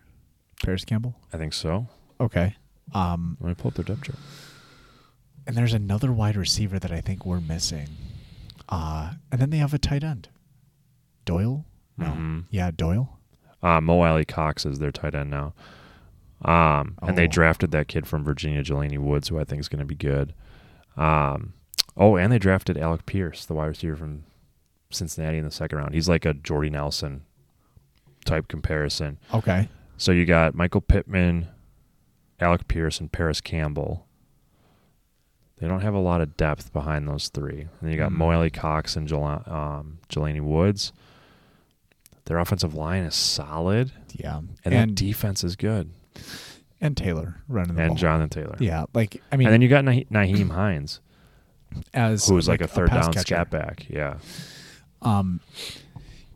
Speaker 2: Paris Campbell?
Speaker 1: I think so.
Speaker 2: Okay. Um,
Speaker 1: Let me pull up their depth chart.
Speaker 2: and there's another wide receiver that I think we're missing. Uh, and then they have a tight end. Doyle? No.
Speaker 1: Mhm.
Speaker 2: Yeah, Doyle.
Speaker 1: Uh, Mo Alley Cox is their tight end now. Um, And they
Speaker 2: Oh.
Speaker 1: drafted that kid from Virginia, Jelani Woods, who I think is going to be good. Um, oh, and they drafted Alec Pierce, the wide receiver from Cincinnati, in the second round. He's like a Jordy Nelson type comparison.
Speaker 2: Okay.
Speaker 1: So you got Michael Pittman, Alec Pierce, and Paris Campbell. They don't have a lot of depth behind those three. And then you got
Speaker 2: Mm.
Speaker 1: Mo Alley Cox and Jel- um, Jelani Woods. Their offensive line is solid.
Speaker 2: Yeah.
Speaker 1: And, that
Speaker 2: and,
Speaker 1: defense is good.
Speaker 2: and Taylor running the
Speaker 1: And
Speaker 2: ball.
Speaker 1: Jonathan Taylor.
Speaker 2: Yeah, like I mean,
Speaker 1: and then you got nah- Naheem Hines,
Speaker 2: as
Speaker 1: who was like, a third
Speaker 2: pass
Speaker 1: down
Speaker 2: catcher,
Speaker 1: scat back. Yeah.
Speaker 2: Um,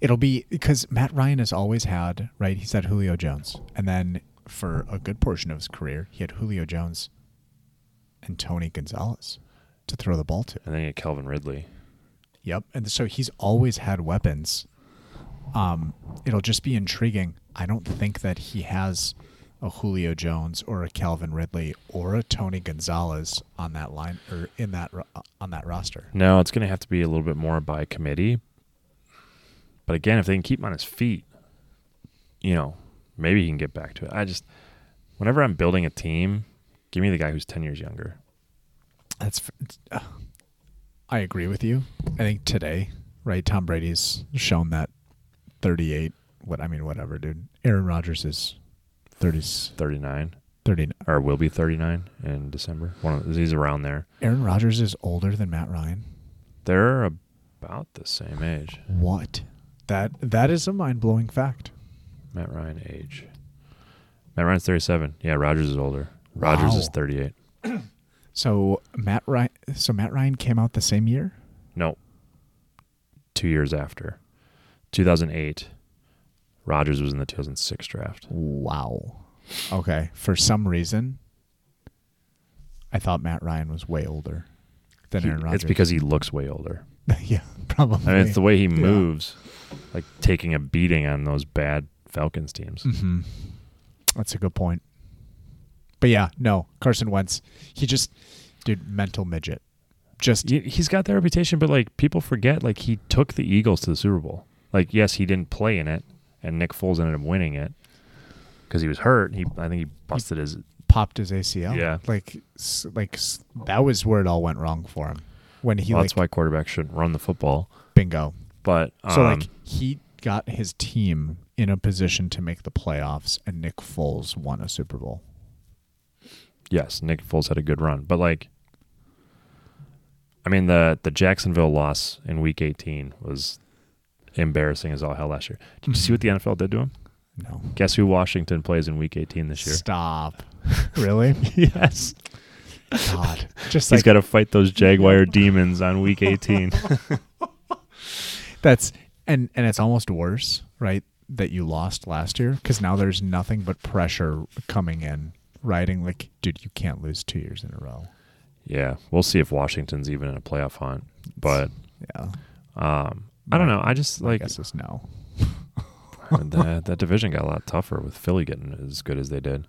Speaker 2: it'll be because Matt Ryan has always had right. He's had Julio Jones, and then for a good portion of his career, he had Julio Jones and Tony Gonzalez to throw the ball to.
Speaker 1: And then you get Kelvin Ridley.
Speaker 2: Yep, and so he's always had weapons. Um, it'll just be intriguing. I don't think that he has a Julio Jones or a Calvin Ridley or a Tony Gonzalez on that line or in that ro- uh, on that roster.
Speaker 1: No, it's going to have to be a little bit more by committee. But again, if they can keep him on his feet, you know, maybe he can get back to it. I just, whenever I'm building a team, give me the guy who's 10 years younger.
Speaker 2: That's. f- it's- uh, I agree with you. I think today, right? Tom Brady's shown that thirty-eight. What I mean, whatever, dude. Aaron Rodgers is 30,
Speaker 1: 39
Speaker 2: 30
Speaker 1: or will be 39 in December. One of he's around there.
Speaker 2: Aaron Rodgers is older than Matt Ryan.
Speaker 1: They're about the same age.
Speaker 2: What? That that is a mind-blowing fact.
Speaker 1: Matt Ryan age. Matt Ryan's 37. Yeah, Rogers is older. Rogers is
Speaker 2: Wow.
Speaker 1: 38.
Speaker 2: So Matt Ryan. So Matt Ryan came out the same year.
Speaker 1: No. 2 years after. 2008. Rogers was in the 2006 draft.
Speaker 2: Wow. Okay. For some reason, I thought Matt Ryan was way older than
Speaker 1: He-
Speaker 2: Aaron Rodgers.
Speaker 1: it's because he looks way older.
Speaker 2: yeah, probably.
Speaker 1: I mean, it's the way he moves, like taking a beating on those bad Falcons teams.
Speaker 2: hmm That's a good point. But yeah, no, Carson Wentz, he just, dude, mental midget. Just,
Speaker 1: He- He's got that reputation, but like people forget, like he took the Eagles to the Super Bowl. Like, yes, he didn't play in it, and Nick Foles ended up winning it because he was hurt. He, I think, he busted his
Speaker 2: popped his ACL.
Speaker 1: Yeah.
Speaker 2: like, s- like s- that was where it all went wrong for him when he
Speaker 1: well,
Speaker 2: like
Speaker 1: that's why quarterbacks shouldn't run the football.
Speaker 2: bingo.
Speaker 1: But um,
Speaker 2: So like he got his team in a position to make the playoffs, and Nick Foles won a Super Bowl.
Speaker 1: yes, Nick Foles had a good run, but like, I mean the the Jacksonville loss in Week 18 was embarrassing as all hell last year. Did you see what the
Speaker 2: Mm-hmm.
Speaker 1: NFL did to him?
Speaker 2: No,
Speaker 1: Guess who Washington plays in Week 18 this year?
Speaker 2: stop. really?
Speaker 1: yes,
Speaker 2: God, just
Speaker 1: he's
Speaker 2: like
Speaker 1: got to fight those Jaguar demons on Week 18.
Speaker 2: That's and and it's almost worse, right? That you lost last year because now there's nothing but pressure coming in, riding like, dude, you can't lose two years in a row.
Speaker 1: yeah, we'll see if Washington's even in a playoff hunt, but
Speaker 2: Yeah,
Speaker 1: um, I don't know. I just
Speaker 2: I
Speaker 1: like
Speaker 2: guess it's no.
Speaker 1: that that division got a lot tougher with Philly getting as good as they did.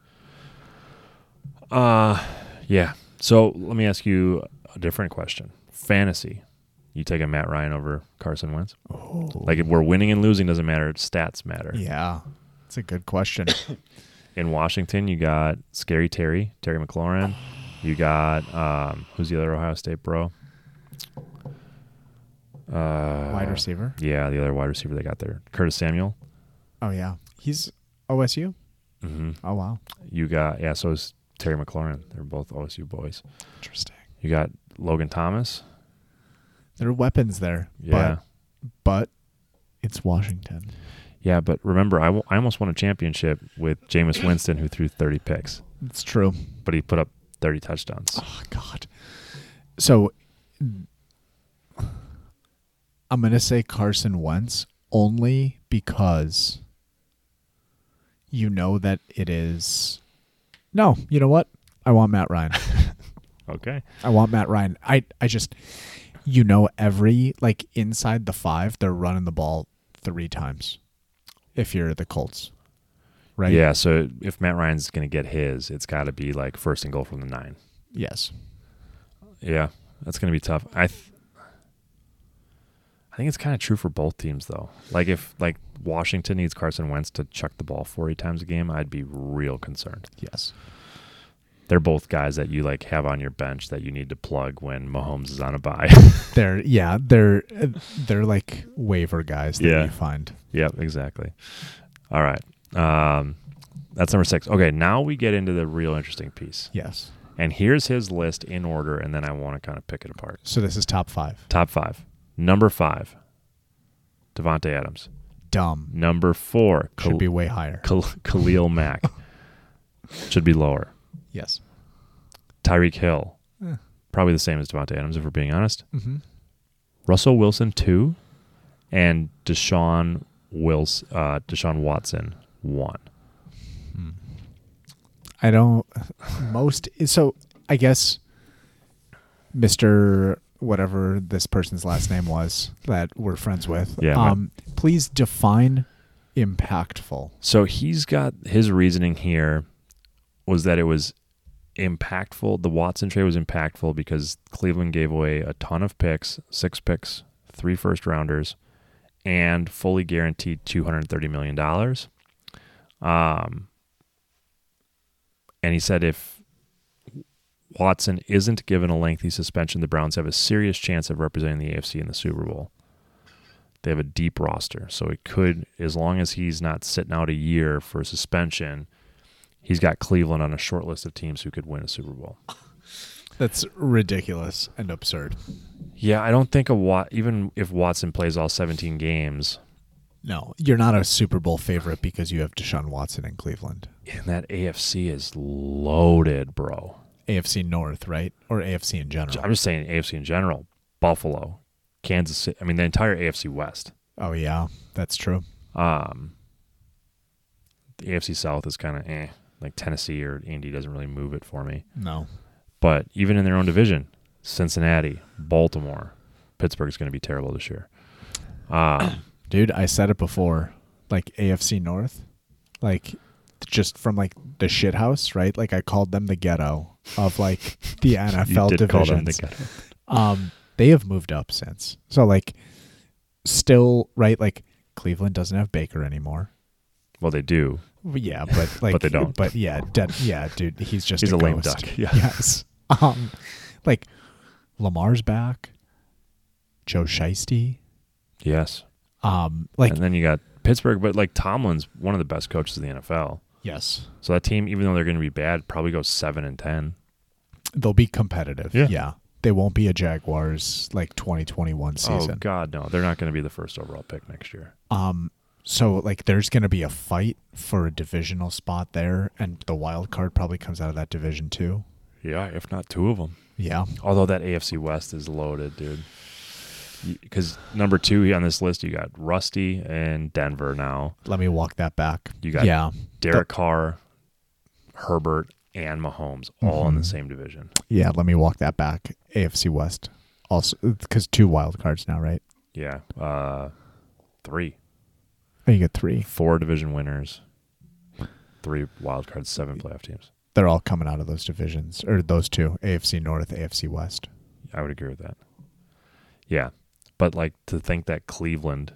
Speaker 1: Uh yeah. So let me ask you a different question. Fantasy. You take a Matt Ryan over Carson Wentz?
Speaker 2: Oh,
Speaker 1: Like if we're winning and losing doesn't matter. Stats matter.
Speaker 2: yeah. That's a good question.
Speaker 1: Uh, In Washington, you got Scary Terry, Terry McLaurin. You got um, who's the other Ohio State bro? Uh,
Speaker 2: Wide receiver.
Speaker 1: Yeah, the other wide receiver they got there, Curtis Samuel.
Speaker 2: Oh yeah, he's OSU.
Speaker 1: hmm
Speaker 2: Oh wow,
Speaker 1: You got yeah. So is Terry McLaurin. They're both OSU boys.
Speaker 2: interesting.
Speaker 1: You got Logan Thomas.
Speaker 2: There are weapons there.
Speaker 1: Yeah,
Speaker 2: but, but it's Washington.
Speaker 1: yeah. But remember, I wa- I almost won a championship with Jameis Winston, who threw 30 picks,
Speaker 2: It's true.
Speaker 1: but he put up 30 touchdowns.
Speaker 2: Oh God. So I'm gonna say Carson Wentz only because you know that it is. No, you know what? I want Matt Ryan.
Speaker 1: Okay.
Speaker 2: I want Matt Ryan. I I just you know every like inside the five they're running the ball three times. If you're the Colts, right?
Speaker 1: Yeah. So if Matt Ryan's gonna get his, it's got to be like first and goal from the nine.
Speaker 2: Yes.
Speaker 1: Yeah, that's gonna be tough. I th- I think it's kind of true for both teams though. Like if like Washington needs Carson Wentz to chuck the ball 40 times a game, I'd be real concerned.
Speaker 2: Yes.
Speaker 1: They're both guys that you like have on your bench that you need to plug when Mahomes is on a bye.
Speaker 2: They're yeah they're they're like waiver guys that
Speaker 1: Yeah.
Speaker 2: you find.
Speaker 1: yep, exactly. All right. Um that's number 6. Okay, now we get into the real interesting piece.
Speaker 2: Yes.
Speaker 1: And here's his list in order and then I want to kind of pick it apart.
Speaker 2: So this is top five.
Speaker 1: Top 5. Number 5. Devonte Adams.
Speaker 2: Dumb
Speaker 1: Number 4.
Speaker 2: should
Speaker 1: Khal-
Speaker 2: be way higher.
Speaker 1: Khal- Khalil Mack should be lower.
Speaker 2: Yes.
Speaker 1: Tyreek Hill,
Speaker 2: Eh.
Speaker 1: probably the same as Devontae Adams, if we're being honest.
Speaker 2: Mm-hmm.
Speaker 1: Russell Wilson, two, and Deshaun Wilson, uh, Deshaun Watson, one.
Speaker 2: Hmm. I don't. Most so I guess Mister whatever this person's last name was that we're friends with.
Speaker 1: Yeah, my-
Speaker 2: Um. Please define impactful.
Speaker 1: So he's got his reasoning here was that it was impactful. The Watson trade was impactful because Cleveland gave away a ton of picks, six picks, three first rounders, and fully guaranteed two hundred thirty million dollars. Um, and he said if Watson isn't given a lengthy suspension, the Browns have a serious chance of representing the AFC in the Super Bowl they have a deep roster. So it could, as long as he's not sitting out a year for suspension, he's got Cleveland on a short list of teams who could win a Super Bowl.
Speaker 2: That's ridiculous and absurd.
Speaker 1: Yeah, I don't think a Wat, even if Watson plays all 17 games
Speaker 2: No, you're not a Super Bowl favorite because you have Deshaun Watson in Cleveland.
Speaker 1: and that AFC is loaded, bro.
Speaker 2: AFC North, right? Or AFC in general.
Speaker 1: I'm just saying AFC in general, Buffalo, Kansas City, I mean, the entire AFC West.
Speaker 2: Oh yeah, that's true.
Speaker 1: Um, the AFC South is kind of eh, like Tennessee or Indy doesn't really move it for me.
Speaker 2: No.
Speaker 1: But even in their own division, Cincinnati, Baltimore, Pittsburgh's going to be terrible this year. Uh,
Speaker 2: Dude, I said it before. Like AFC North, like just from like the shit house, right? Like I called them the ghetto of like the
Speaker 1: you
Speaker 2: NFL
Speaker 1: did call them the
Speaker 2: divisions.
Speaker 1: ghetto.
Speaker 2: um, they have moved up since. So like, still right? Like Cleveland doesn't have Baker anymore.
Speaker 1: Well, they do.
Speaker 2: Well, Yeah, but like,
Speaker 1: they don't.
Speaker 2: But yeah, dead, yeah, dude, he's just
Speaker 1: He's
Speaker 2: a,
Speaker 1: a lame
Speaker 2: ghost.
Speaker 1: duck. Yeah.
Speaker 2: Yes. Um, like Lamar's back. Joe Shiesty.
Speaker 1: Yes.
Speaker 2: Um, like
Speaker 1: and then you got Pittsburgh, but like Tomlin's one of the best coaches in the NFL.
Speaker 2: yes.
Speaker 1: So that team, even though they're going to be bad, probably goes seven and ten.
Speaker 2: they'll be competitive.
Speaker 1: Yeah.
Speaker 2: They won't be a Jaguars like 2021
Speaker 1: Oh
Speaker 2: season.
Speaker 1: God, no! They're not going to be the first overall pick next year.
Speaker 2: um so like there's going to be a fight for a divisional spot there and the wild card probably comes out of that division too.
Speaker 1: Yeah, if not two of them.
Speaker 2: Yeah.
Speaker 1: Although that AFC West is loaded, dude. Because number two on this list, you got Rusty and Denver now.
Speaker 2: Let me walk that back.
Speaker 1: You got
Speaker 2: Yeah.
Speaker 1: Derek Carr, Herbert, and Mahomes all in the
Speaker 2: Mhm.
Speaker 1: same division.
Speaker 2: Yeah, let me walk that back. AFC West also cuz two wild cards now, right?
Speaker 1: Yeah. Uh, three.
Speaker 2: Oh, you get three.
Speaker 1: Four division winners, three wild cards, seven playoff teams.
Speaker 2: They're all coming out of those divisions or those two, AFC North, AFC West.
Speaker 1: I would agree with that. Yeah. But like to think that Cleveland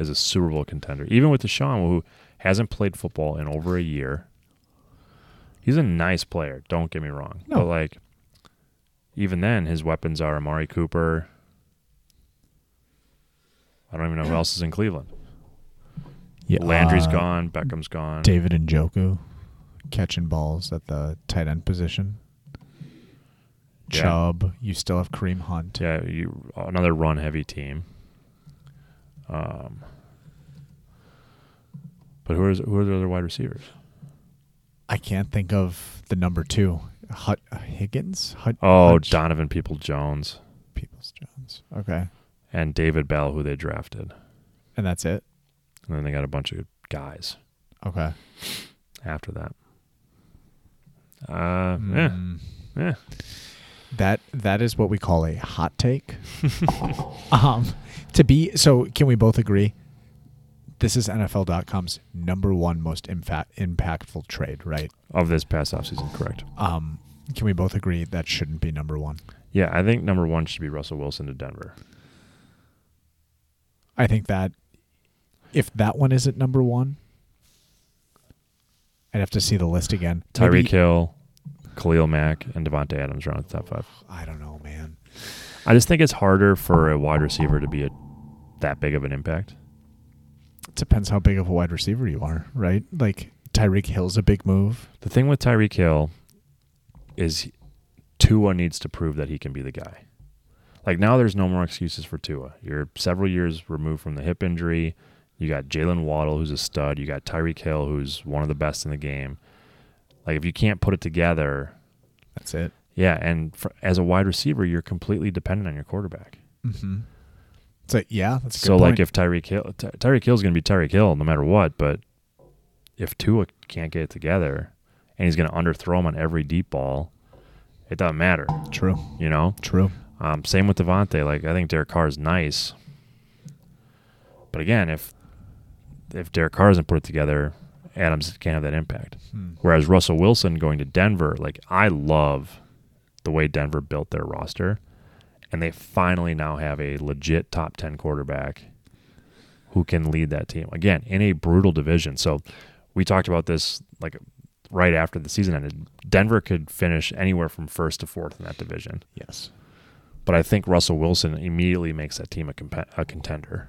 Speaker 1: is a Super Bowl contender, even with Deshaun, who hasn't played football in over a year. He's a nice player. Don't get me wrong.
Speaker 2: No.
Speaker 1: But like, even then, his weapons are Amari Cooper. I don't even know who else is in Cleveland.
Speaker 2: Yeah,
Speaker 1: Landry's
Speaker 2: uh,
Speaker 1: gone. Beckham's gone.
Speaker 2: David and Joku catching balls at the tight end position.
Speaker 1: Yeah.
Speaker 2: Chubb, you still have Kareem Hunt.
Speaker 1: Yeah, you, another run heavy team. Um, but who are who are the other wide receivers?
Speaker 2: I can't think of the number two. Hut Higgins? Hut
Speaker 1: Oh,
Speaker 2: Hutch-
Speaker 1: Donovan People Jones
Speaker 2: Peoples Jones. Okay.
Speaker 1: and David Bell, who they drafted,
Speaker 2: And that's it.
Speaker 1: and then they got a bunch of guys
Speaker 2: Okay.
Speaker 1: after that. Uh,
Speaker 2: Mm.
Speaker 1: yeah, yeah.
Speaker 2: That that is what we call a hot take. um to be so can we both agree? This is NFL.com's number one most imfa- impactful trade, right?
Speaker 1: Of this past offseason, correct?
Speaker 2: Um, can we both agree that shouldn't be number one?
Speaker 1: Yeah, I think number one should be Russell Wilson to Denver.
Speaker 2: I think that if that one isn't number one, I'd have to see the list again. Maybe-
Speaker 1: Tyreek Hill, Khalil Mack, and Devontae Adams are on the top five.
Speaker 2: I don't know, man.
Speaker 1: I just think it's harder for a wide receiver to be a, that big of an impact.
Speaker 2: It depends how big of a wide receiver you are, right? Like Tyreek Hill's a big move.
Speaker 1: The thing with Tyreek Hill is he- Tua needs to prove that he can be the guy. Like now, there's no more excuses for Tua. You're several years removed from the hip injury. You got Jalen Waddle, who's a stud. You got Tyreek Hill, who's one of the best in the game. Like if you can't put it together,
Speaker 2: That's it.
Speaker 1: yeah. And for, as a wide receiver, you're completely dependent on your quarterback.
Speaker 2: Mm-hmm. So yeah, that's a good
Speaker 1: so
Speaker 2: point.
Speaker 1: like if Tyreek Hill, Ty- Tyreek Hill's going to be Tyreek Hill no matter what, but if Tua can't get it together and he's going to underthrow him on every deep ball, it doesn't matter,
Speaker 2: true,
Speaker 1: you know.
Speaker 2: true.
Speaker 1: Um, same with Devontae. Like I think Derek Carr is nice, but again, if if Derek Carr doesn't put it together, Adams can't have that impact.
Speaker 2: Hmm.
Speaker 1: Whereas Russell Wilson going to Denver, like I love the way Denver built their roster, and they finally now have a legit top ten quarterback who can lead that team again in a brutal division. So we talked about this like right after the season ended. Denver could finish anywhere from first to fourth in that division,
Speaker 2: Yes,
Speaker 1: but I think Russell Wilson immediately makes that team a, comp- a contender.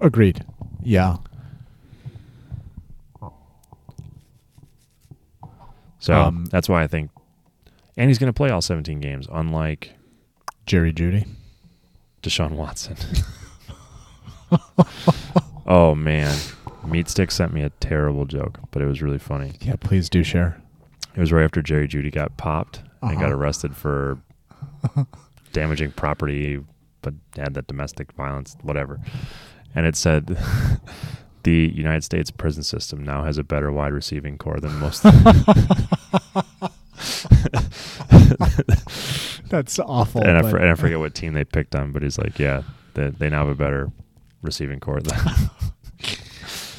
Speaker 2: agreed. Yeah.
Speaker 1: So
Speaker 2: Um,
Speaker 1: that's why I think, and he's going to play all 17 games, unlike
Speaker 2: Jerry Judy.
Speaker 1: Deshaun Watson. oh man, Meat Stick sent me a terrible joke, but it was really funny.
Speaker 2: Yeah, please do share.
Speaker 1: It was right after Jerry Judy got popped and got
Speaker 2: Uh-huh.
Speaker 1: arrested for damaging property, but had that domestic violence, whatever. And it said. The United States prison system now has a better wide receiving core than most.
Speaker 2: That's awful.
Speaker 1: and, I,
Speaker 2: Oh, but-
Speaker 1: for, and I forget what team they picked on, but he's like, yeah, they, they now have a better receiving core than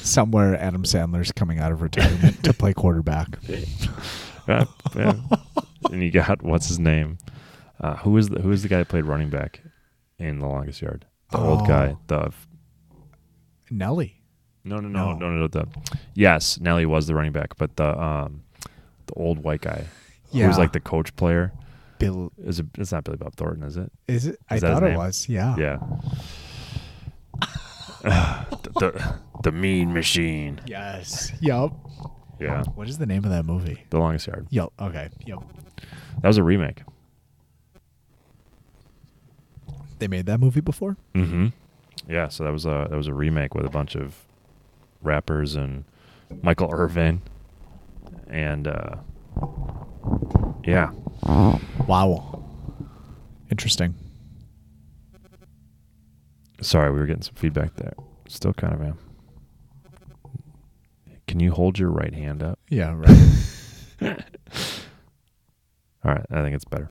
Speaker 2: somewhere Adam Sandler's coming out of retirement to play quarterback.
Speaker 1: Yeah, yeah. and you got what's his name? Uh, who is the who is the guy that played running back in the longest yard? The
Speaker 2: Oh.
Speaker 1: old guy. The
Speaker 2: Nelly.
Speaker 1: no no no
Speaker 2: No.
Speaker 1: no no, no the yes Nelly was the running back, but the um the old white guy who
Speaker 2: Yeah.
Speaker 1: was like the coach player
Speaker 2: Bill
Speaker 1: is it, it's not Billy Bob Thornton, is it?
Speaker 2: is it? I
Speaker 1: Is that his
Speaker 2: thought it
Speaker 1: name?
Speaker 2: was. Yeah.
Speaker 1: Yeah. the, the the mean machine.
Speaker 2: Yes. Yup.
Speaker 1: Yeah.
Speaker 2: What is the name of that movie?
Speaker 1: The longest yard.
Speaker 2: Yup. Okay. Yup.
Speaker 1: That was a remake.
Speaker 2: They made that movie before.
Speaker 1: Mm-hmm. Yeah, so that was a that was a remake with a bunch of rappers and Michael Irvin and uh, yeah,
Speaker 2: Wow. Interesting.
Speaker 1: sorry, we were getting some feedback there. Still kind of am. Can you hold your right hand up?
Speaker 2: Yeah. Right.
Speaker 1: All right, I think it's better.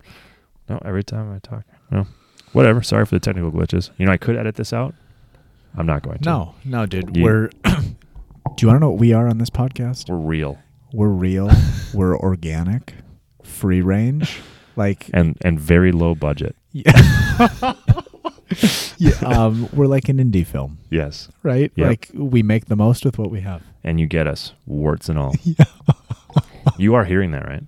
Speaker 1: No, every time I talk, no, whatever. Sorry for the technical glitches. You know, I could edit this out. I'm not going to.
Speaker 2: no. No, dude.
Speaker 1: You-
Speaker 2: We're. do you want to know what we are on this podcast?
Speaker 1: we're real
Speaker 2: We're real. we're organic. Free range. Like.
Speaker 1: and and very low budget.
Speaker 2: Yeah. yeah, um, we're like an indie film,
Speaker 1: Yes.
Speaker 2: right?
Speaker 1: Yep.
Speaker 2: Like we make the most with what we have.
Speaker 1: And you get us, warts and all.
Speaker 2: Yeah.
Speaker 1: You are hearing that, right?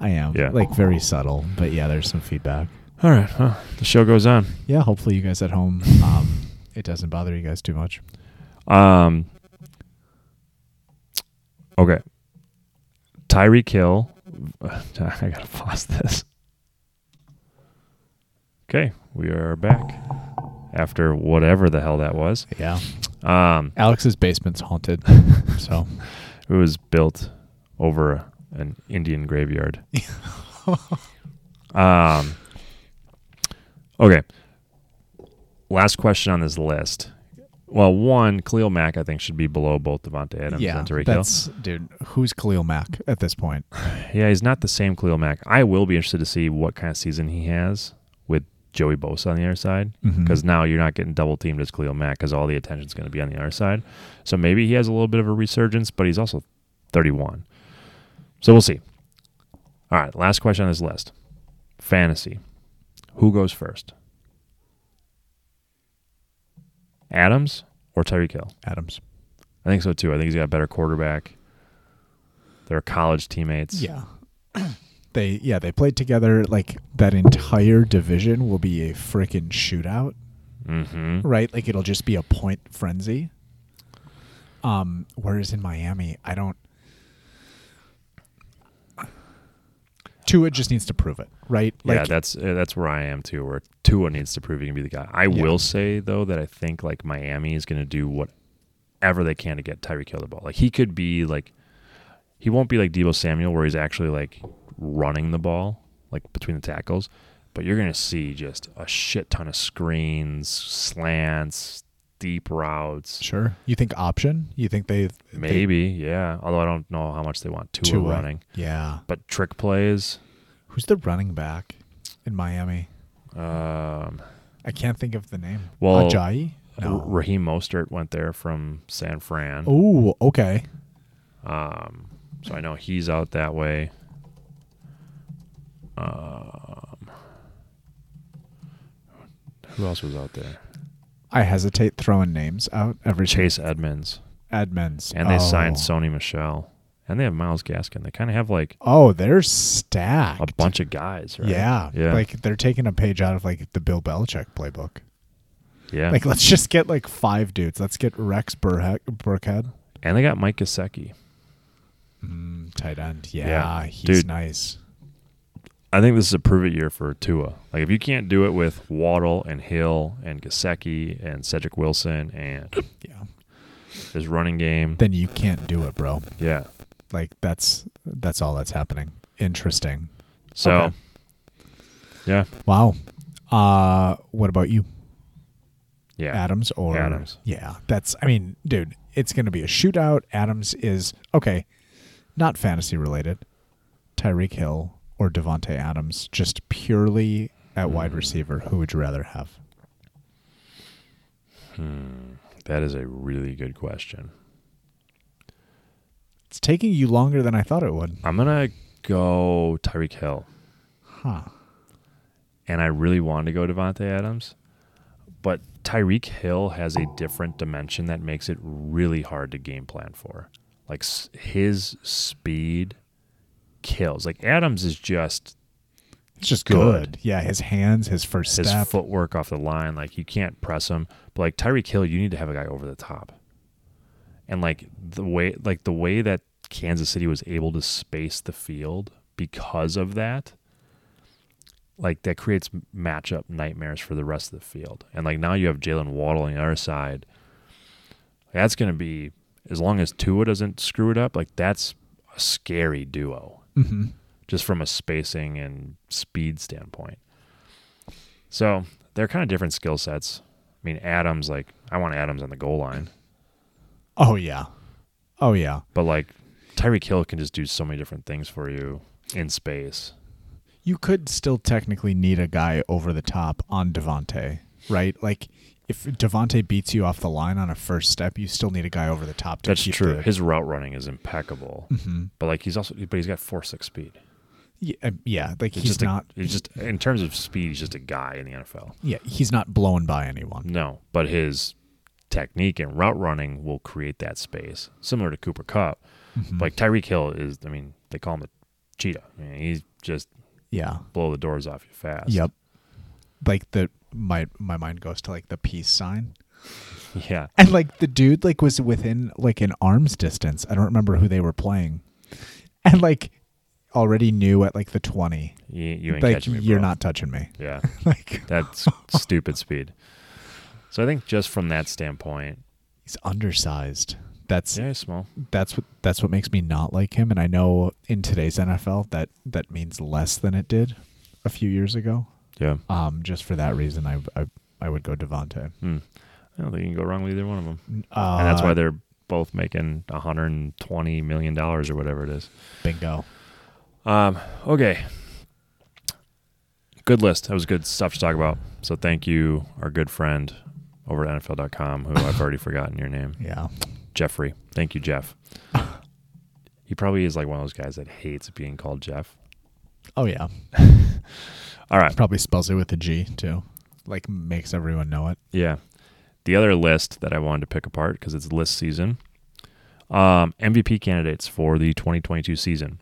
Speaker 2: I am.
Speaker 1: Yeah.
Speaker 2: Like very subtle, but yeah, there's some feedback.
Speaker 1: All right. Well, the show goes on.
Speaker 2: Yeah, hopefully you guys at home, um, it doesn't bother you guys too much.
Speaker 1: Um. Okay. Tyreek Hill. I gotta pause this. Okay, we are back after whatever the hell that was.
Speaker 2: Yeah.
Speaker 1: Um,
Speaker 2: Alex's basement's haunted. so
Speaker 1: it was built over an Indian graveyard. um. Okay. Last question on this list. Well, one, Cleo Mack, I think, should be below both Devontae Adams
Speaker 2: yeah,
Speaker 1: and Tyreek Hill.
Speaker 2: that's dude. Who's Khalil Mack at this point?
Speaker 1: Yeah, he's not the same Cleo Mack. I will be interested to see what kind of season he has with Joey Bosa on the other side
Speaker 2: Mhm.
Speaker 1: because now you're not getting double teamed as Cleo Mack because all the attention's going to be on the other side. So maybe he has a little bit of a resurgence, but he's also 31. So we'll see. All right, last question on this list fantasy. Who goes first? Adams or Tyreek Hill?
Speaker 2: Adams.
Speaker 1: I think so too. I think he's got a better quarterback. They're college teammates.
Speaker 2: Yeah. They yeah they played together like that entire division will be a freaking shootout
Speaker 1: Mm-hmm.
Speaker 2: right like it'll just be a point frenzy um whereas in Miami I don't Tua just needs to prove it right
Speaker 1: yeah, that's uh, that's where I am too. Where Tua needs to prove he can be the guy. I
Speaker 2: Yeah.
Speaker 1: will say though that I think like Miami is going to do whatever they can to get Tyreek Hill the ball. Like he could be like, he won't be like Debo Samuel where he's actually like running the ball like between the tackles, but you're going to see just a shit ton of screens, slants, deep routes.
Speaker 2: sure you think option you think they they-
Speaker 1: Maybe, yeah. Although I don't know how much they want Tua,
Speaker 2: Tua.
Speaker 1: running,
Speaker 2: yeah
Speaker 1: but trick plays.
Speaker 2: who's the running back in Miami
Speaker 1: Um,
Speaker 2: I can't think of the name
Speaker 1: Well,
Speaker 2: Ajayi
Speaker 1: R- Raheem Mostert went there from San Fran.
Speaker 2: oh okay
Speaker 1: Um, so I know he's out that way. Um, who else was out there?
Speaker 2: I hesitate throwing names out every
Speaker 1: Chase Edmonds.
Speaker 2: admins.
Speaker 1: And they
Speaker 2: oh.
Speaker 1: signed Sony Michelle. And they have Miles Gaskin. They kind of have like
Speaker 2: Oh, they're stacked.
Speaker 1: a bunch of guys, right?
Speaker 2: Yeah.
Speaker 1: Yeah.
Speaker 2: Like they're taking a page out of like the Bill Belichick playbook.
Speaker 1: yeah.
Speaker 2: Like let's just get like five dudes. Let's get Rex Burhe- Burkhead,
Speaker 1: and they got Mike Gasecki.
Speaker 2: mm, tight end. Yeah,
Speaker 1: Yeah.
Speaker 2: he's
Speaker 1: Dude.
Speaker 2: nice.
Speaker 1: I think this is a prove it year for Tua. Like if you can't do it with Waddle and Hill and Gasecki and Cedric Wilson and
Speaker 2: Yeah.
Speaker 1: his running game.
Speaker 2: Then you can't do it, bro.
Speaker 1: Yeah.
Speaker 2: Like that's that's all that's happening. Interesting.
Speaker 1: So
Speaker 2: Okay.
Speaker 1: yeah.
Speaker 2: Wow. Uh what about you?
Speaker 1: Yeah.
Speaker 2: Adams or
Speaker 1: Adams.
Speaker 2: Yeah, that's. I mean, dude, it's going to be a shootout. Adams is okay, not fantasy related. Tyreek Hill or Devonte Adams, just purely at
Speaker 1: Hmm.
Speaker 2: wide receiver. Who would you rather have?
Speaker 1: Hmm. That is a really good question.
Speaker 2: It's taking you longer than I thought it would.
Speaker 1: I'm gonna go Tyreek Hill,
Speaker 2: Huh?
Speaker 1: and I really wanted to go Devontae Adams, but Tyreek Hill has a different dimension that makes it really hard to game plan for. Like s- his speed kills. Like Adams is just
Speaker 2: It's just good.
Speaker 1: Good.
Speaker 2: Yeah, his hands, his first
Speaker 1: his
Speaker 2: step.
Speaker 1: footwork off the line. Like you can't press him. But like Tyreek Hill, you need to have a guy over the top. And like the way like the way that Kansas City was able to space the field because of that, like that creates m- matchup nightmares for the rest of the field. And like now you have Jalen Waddle on the other side. That's gonna be as long as Tua doesn't screw it up, like that's a scary duo
Speaker 2: hmm
Speaker 1: just from a spacing and speed standpoint. So they're kind of different skill sets. I mean, Adams, like, I want Adams on the goal line,
Speaker 2: Oh yeah, oh yeah.
Speaker 1: but like, Tyreek Hill can just do so many different things for you in space.
Speaker 2: you could still technically need a guy over the top on Devonte, right? Like if Devonte beats you off the line on a first step, you still need a guy over the top to
Speaker 1: That's
Speaker 2: keep
Speaker 1: true.
Speaker 2: the-
Speaker 1: His route running is impeccable,
Speaker 2: Mhm.
Speaker 1: but like, he's also, but he's got four six speed.
Speaker 2: Yeah, um, yeah like
Speaker 1: He's
Speaker 2: he's
Speaker 1: just a-
Speaker 2: not.
Speaker 1: He's just in terms of speed, he's just a guy in the NFL.
Speaker 2: yeah, he's not blown by anyone.
Speaker 1: No, but his technique and route running will create that space, similar to Cooper Cup.
Speaker 2: Mm-hmm.
Speaker 1: Like Tyreek Hill is, I mean, they call him the cheetah. I mean, he's just
Speaker 2: Yeah.
Speaker 1: blow the doors off you fast.
Speaker 2: Yep. Like the my my mind goes to like the peace sign.
Speaker 1: Yeah.
Speaker 2: And like the dude like was within like an arm's distance. I don't remember who they were playing. And like already knew at like the 20.
Speaker 1: You, you ain't
Speaker 2: like
Speaker 1: catching me.
Speaker 2: you're
Speaker 1: bro.
Speaker 2: not touching me.
Speaker 1: Yeah.
Speaker 2: Like
Speaker 1: That's stupid speed. So I think just from that standpoint,
Speaker 2: he's undersized. That's
Speaker 1: yeah, he's small.
Speaker 2: that's what that's what makes me not like him and I know in today's NFL that that means less than it did a few years ago.
Speaker 1: Yeah.
Speaker 2: Um just for that reason I I, I would go Devontae.
Speaker 1: Hmm. I don't think you can go wrong with either one of them.
Speaker 2: Uh,
Speaker 1: and that's why they're both making 120 million dollars or whatever it is.
Speaker 2: bingo.
Speaker 1: Um, okay. Good list. That was good stuff to talk about. So thank you, our good friend over at NFL.com, who I've already forgotten your name,
Speaker 2: Yeah.
Speaker 1: Jeffrey. Thank you, Jeff. He probably is like one of those guys that hates being called Jeff.
Speaker 2: Oh yeah.
Speaker 1: All right.
Speaker 2: Probably spells it with a G too. Like makes everyone know it.
Speaker 1: Yeah. The other list that I wanted to pick apart because it's list season um, MVP candidates for the 2022 season.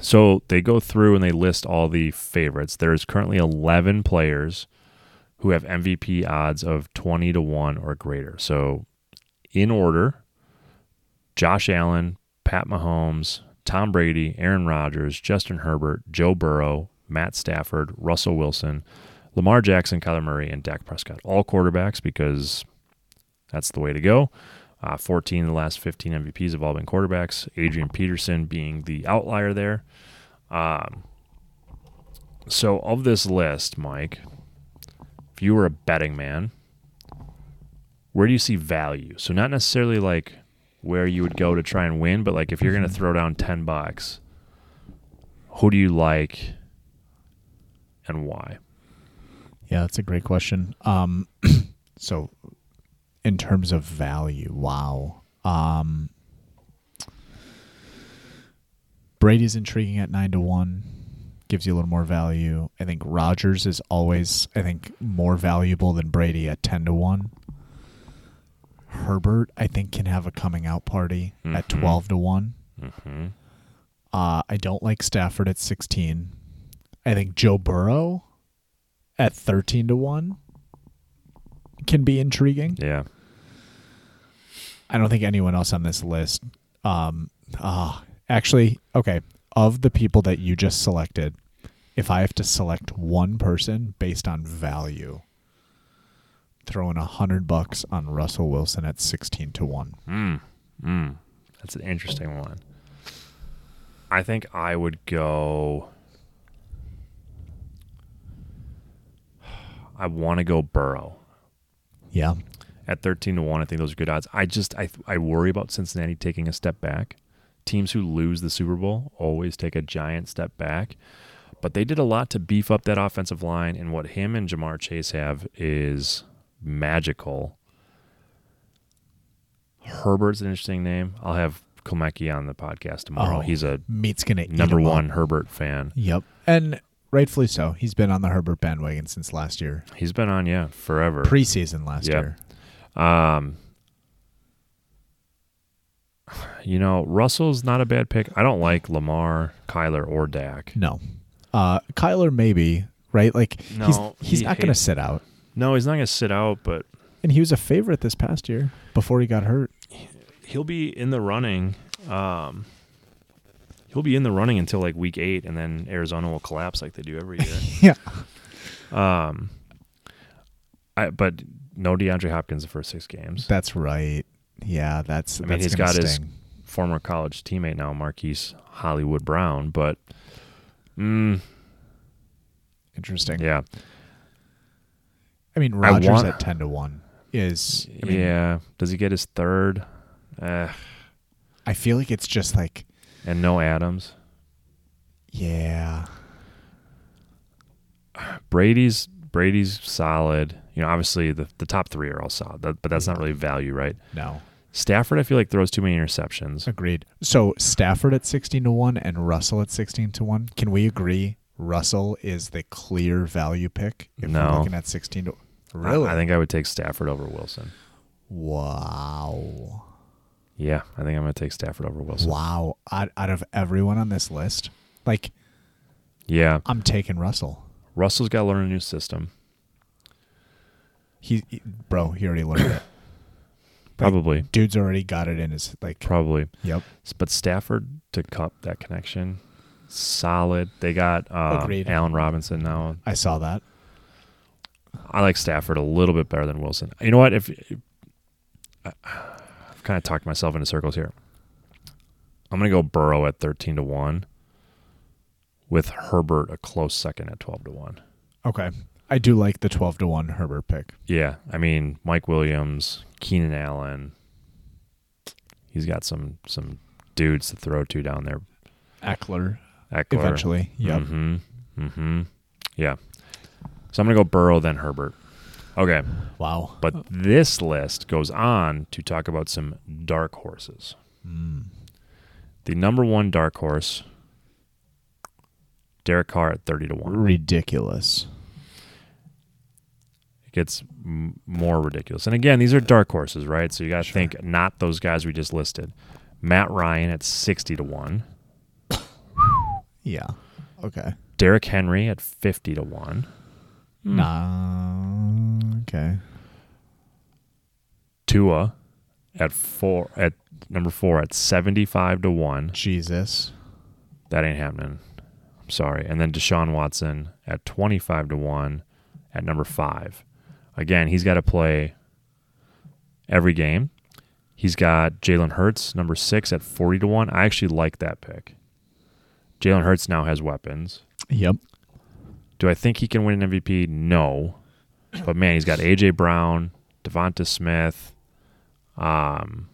Speaker 1: So they go through and they list all the favorites. There's currently 11 players who have MVP odds of 20 to 1 or greater. So in order, Josh Allen, Pat Mahomes, Tom Brady, Aaron Rodgers, Justin Herbert, Joe Burrow, Matt Stafford, Russell Wilson, Lamar Jackson, Kyler Murray, and Dak Prescott, all quarterbacks because that's the way to go. Uh, 14 of the last 15 MVPs have all been quarterbacks, Adrian Peterson being the outlier there. Um, so, of this list, Mike, if you were a betting man, where do you see value? So, not necessarily like where you would go to try and win, but like if you're going to throw down 10 bucks, who do you like and why?
Speaker 2: Yeah, that's a great question. Um so in terms of value, wow. Um Brady's intriguing at 9 to 1. Gives you a little more value. I think Rogers is always I think more valuable than Brady at 10 to 1. Herbert I think can have a coming out party at
Speaker 1: Mhm.
Speaker 2: 12 to 1.
Speaker 1: Mm-hmm.
Speaker 2: Uh, I don't like Stafford at 16. I think Joe Burrow at 13 to 1 can be intriguing.
Speaker 1: Yeah.
Speaker 2: I don't think anyone else on this list. Um, ah, actually, okay. Of the people that you just selected, if I have to select one person based on value, throwing a hundred bucks on Russell Wilson at 16 to 1.
Speaker 1: Mm. Mm. That's an interesting one. I think I would go. I want to go Burrow
Speaker 2: Yeah.
Speaker 1: at thirteen to one. I think those are good odds. I just I I worry about Cincinnati taking a step back. Teams who lose the Super Bowl always take a giant step back. But they did a lot to beef up that offensive line, and what him and Jamar Chase have is magical. Herbert's an interesting name. I'll have Komeki on the podcast tomorrow.
Speaker 2: Oh,
Speaker 1: He's a
Speaker 2: Meat's going to
Speaker 1: number one Herbert fan.
Speaker 2: Yep. And rightfully so. He's been on the Herbert bandwagon since last year.
Speaker 1: He's been on, yeah, forever.
Speaker 2: Preseason last
Speaker 1: Yep.
Speaker 2: year.
Speaker 1: Um, you know, Russell's not a bad pick. I don't like Lamar, Kyler, or Dak.
Speaker 2: No. Uh Kyler maybe, right? Like
Speaker 1: No,
Speaker 2: he's he's
Speaker 1: he
Speaker 2: not gonna
Speaker 1: hates-
Speaker 2: sit out.
Speaker 1: No, he's not going to sit out, but
Speaker 2: And he was a favorite this past year before he got hurt.
Speaker 1: he'll be in the running. Um, he'll be in the running until like week eight, and then Arizona will collapse like they do every year.
Speaker 2: Yeah.
Speaker 1: um, I but no DeAndre Hopkins the first six games.
Speaker 2: That's right. Yeah, that's
Speaker 1: I mean,
Speaker 2: that's
Speaker 1: he's
Speaker 2: gonna
Speaker 1: got his-
Speaker 2: sting.
Speaker 1: Former college teammate now Marquise Hollywood Brown, but mm,
Speaker 2: interesting.
Speaker 1: yeah,
Speaker 2: I mean Rogers
Speaker 1: want-
Speaker 2: at ten to one is I mean,
Speaker 1: yeah. Does he get his third? Eh,
Speaker 2: I feel like it's just like
Speaker 1: and no Adams.
Speaker 2: yeah.
Speaker 1: Brady's Brady's solid. You know, obviously the the top three are all solid, that, but that's not really value, right?
Speaker 2: No.
Speaker 1: Stafford, I feel like throws too many interceptions.
Speaker 2: Agreed. So Stafford at 16 to 1 and Russell at 16 to 1. Can we agree Russell is the clear value pick if
Speaker 1: No.
Speaker 2: we're looking at 16 to
Speaker 1: I-
Speaker 2: Really?
Speaker 1: I, think I would take Stafford over Wilson.
Speaker 2: wow.
Speaker 1: Yeah, I think I'm going to take Stafford over Wilson.
Speaker 2: Wow. Out, out of everyone on this list, like
Speaker 1: Yeah,
Speaker 2: I'm taking Russell.
Speaker 1: Russell's got to learn a new system.
Speaker 2: He, he- bro, he already learned it.
Speaker 1: Probably,
Speaker 2: Dude's already got it in his like
Speaker 1: probably.
Speaker 2: Yep.
Speaker 1: S- But Stafford to cup that connection, solid. They got uh,
Speaker 2: Agreed.
Speaker 1: Allen Robinson now.
Speaker 2: I saw that.
Speaker 1: I like Stafford a little bit better than Wilson. You know what? If, if I- I've kind of talked myself into circles here, I'm going to go Burrow at 13 to one, with Herbert a close second at 12 to one.
Speaker 2: Okay. I do like the 12 to 1 Herbert pick.
Speaker 1: Yeah, I mean Mike Williams, Keenan Allen. He's got some some dudes to throw to down there.
Speaker 2: Eckler
Speaker 1: Eckler.
Speaker 2: eventually. Yep.
Speaker 1: Mm-hmm. Mm-hmm. Yeah. So I'm gonna go Burrow then Herbert. Okay,
Speaker 2: Wow.
Speaker 1: but this list goes on to talk about some dark horses.
Speaker 2: Mm.
Speaker 1: The number one dark horse, Derek Carr at thirty to one.
Speaker 2: Ridiculous.
Speaker 1: It gets m- more ridiculous. And again, these are dark horses, right? So you got to think not those guys we just listed. Matt Ryan at sixty to one.
Speaker 2: Yeah. Okay.
Speaker 1: Derrick Henry at fifty to one.
Speaker 2: Mm. Nah. Okay.
Speaker 1: Tua at four at number four at seventy five to one.
Speaker 2: Jesus.
Speaker 1: That ain't happening. I'm sorry. And then Deshaun Watson at 25 to 1 at number 5. Again, he's got to play every game. He's got Jalen Hurts, number 6 at 40 to 1. I actually like that pick. Jalen Hurts now has weapons.
Speaker 2: Yep.
Speaker 1: Do I think he can win an MVP? No. But man, he's got AJ Brown, Devonta Smith. Um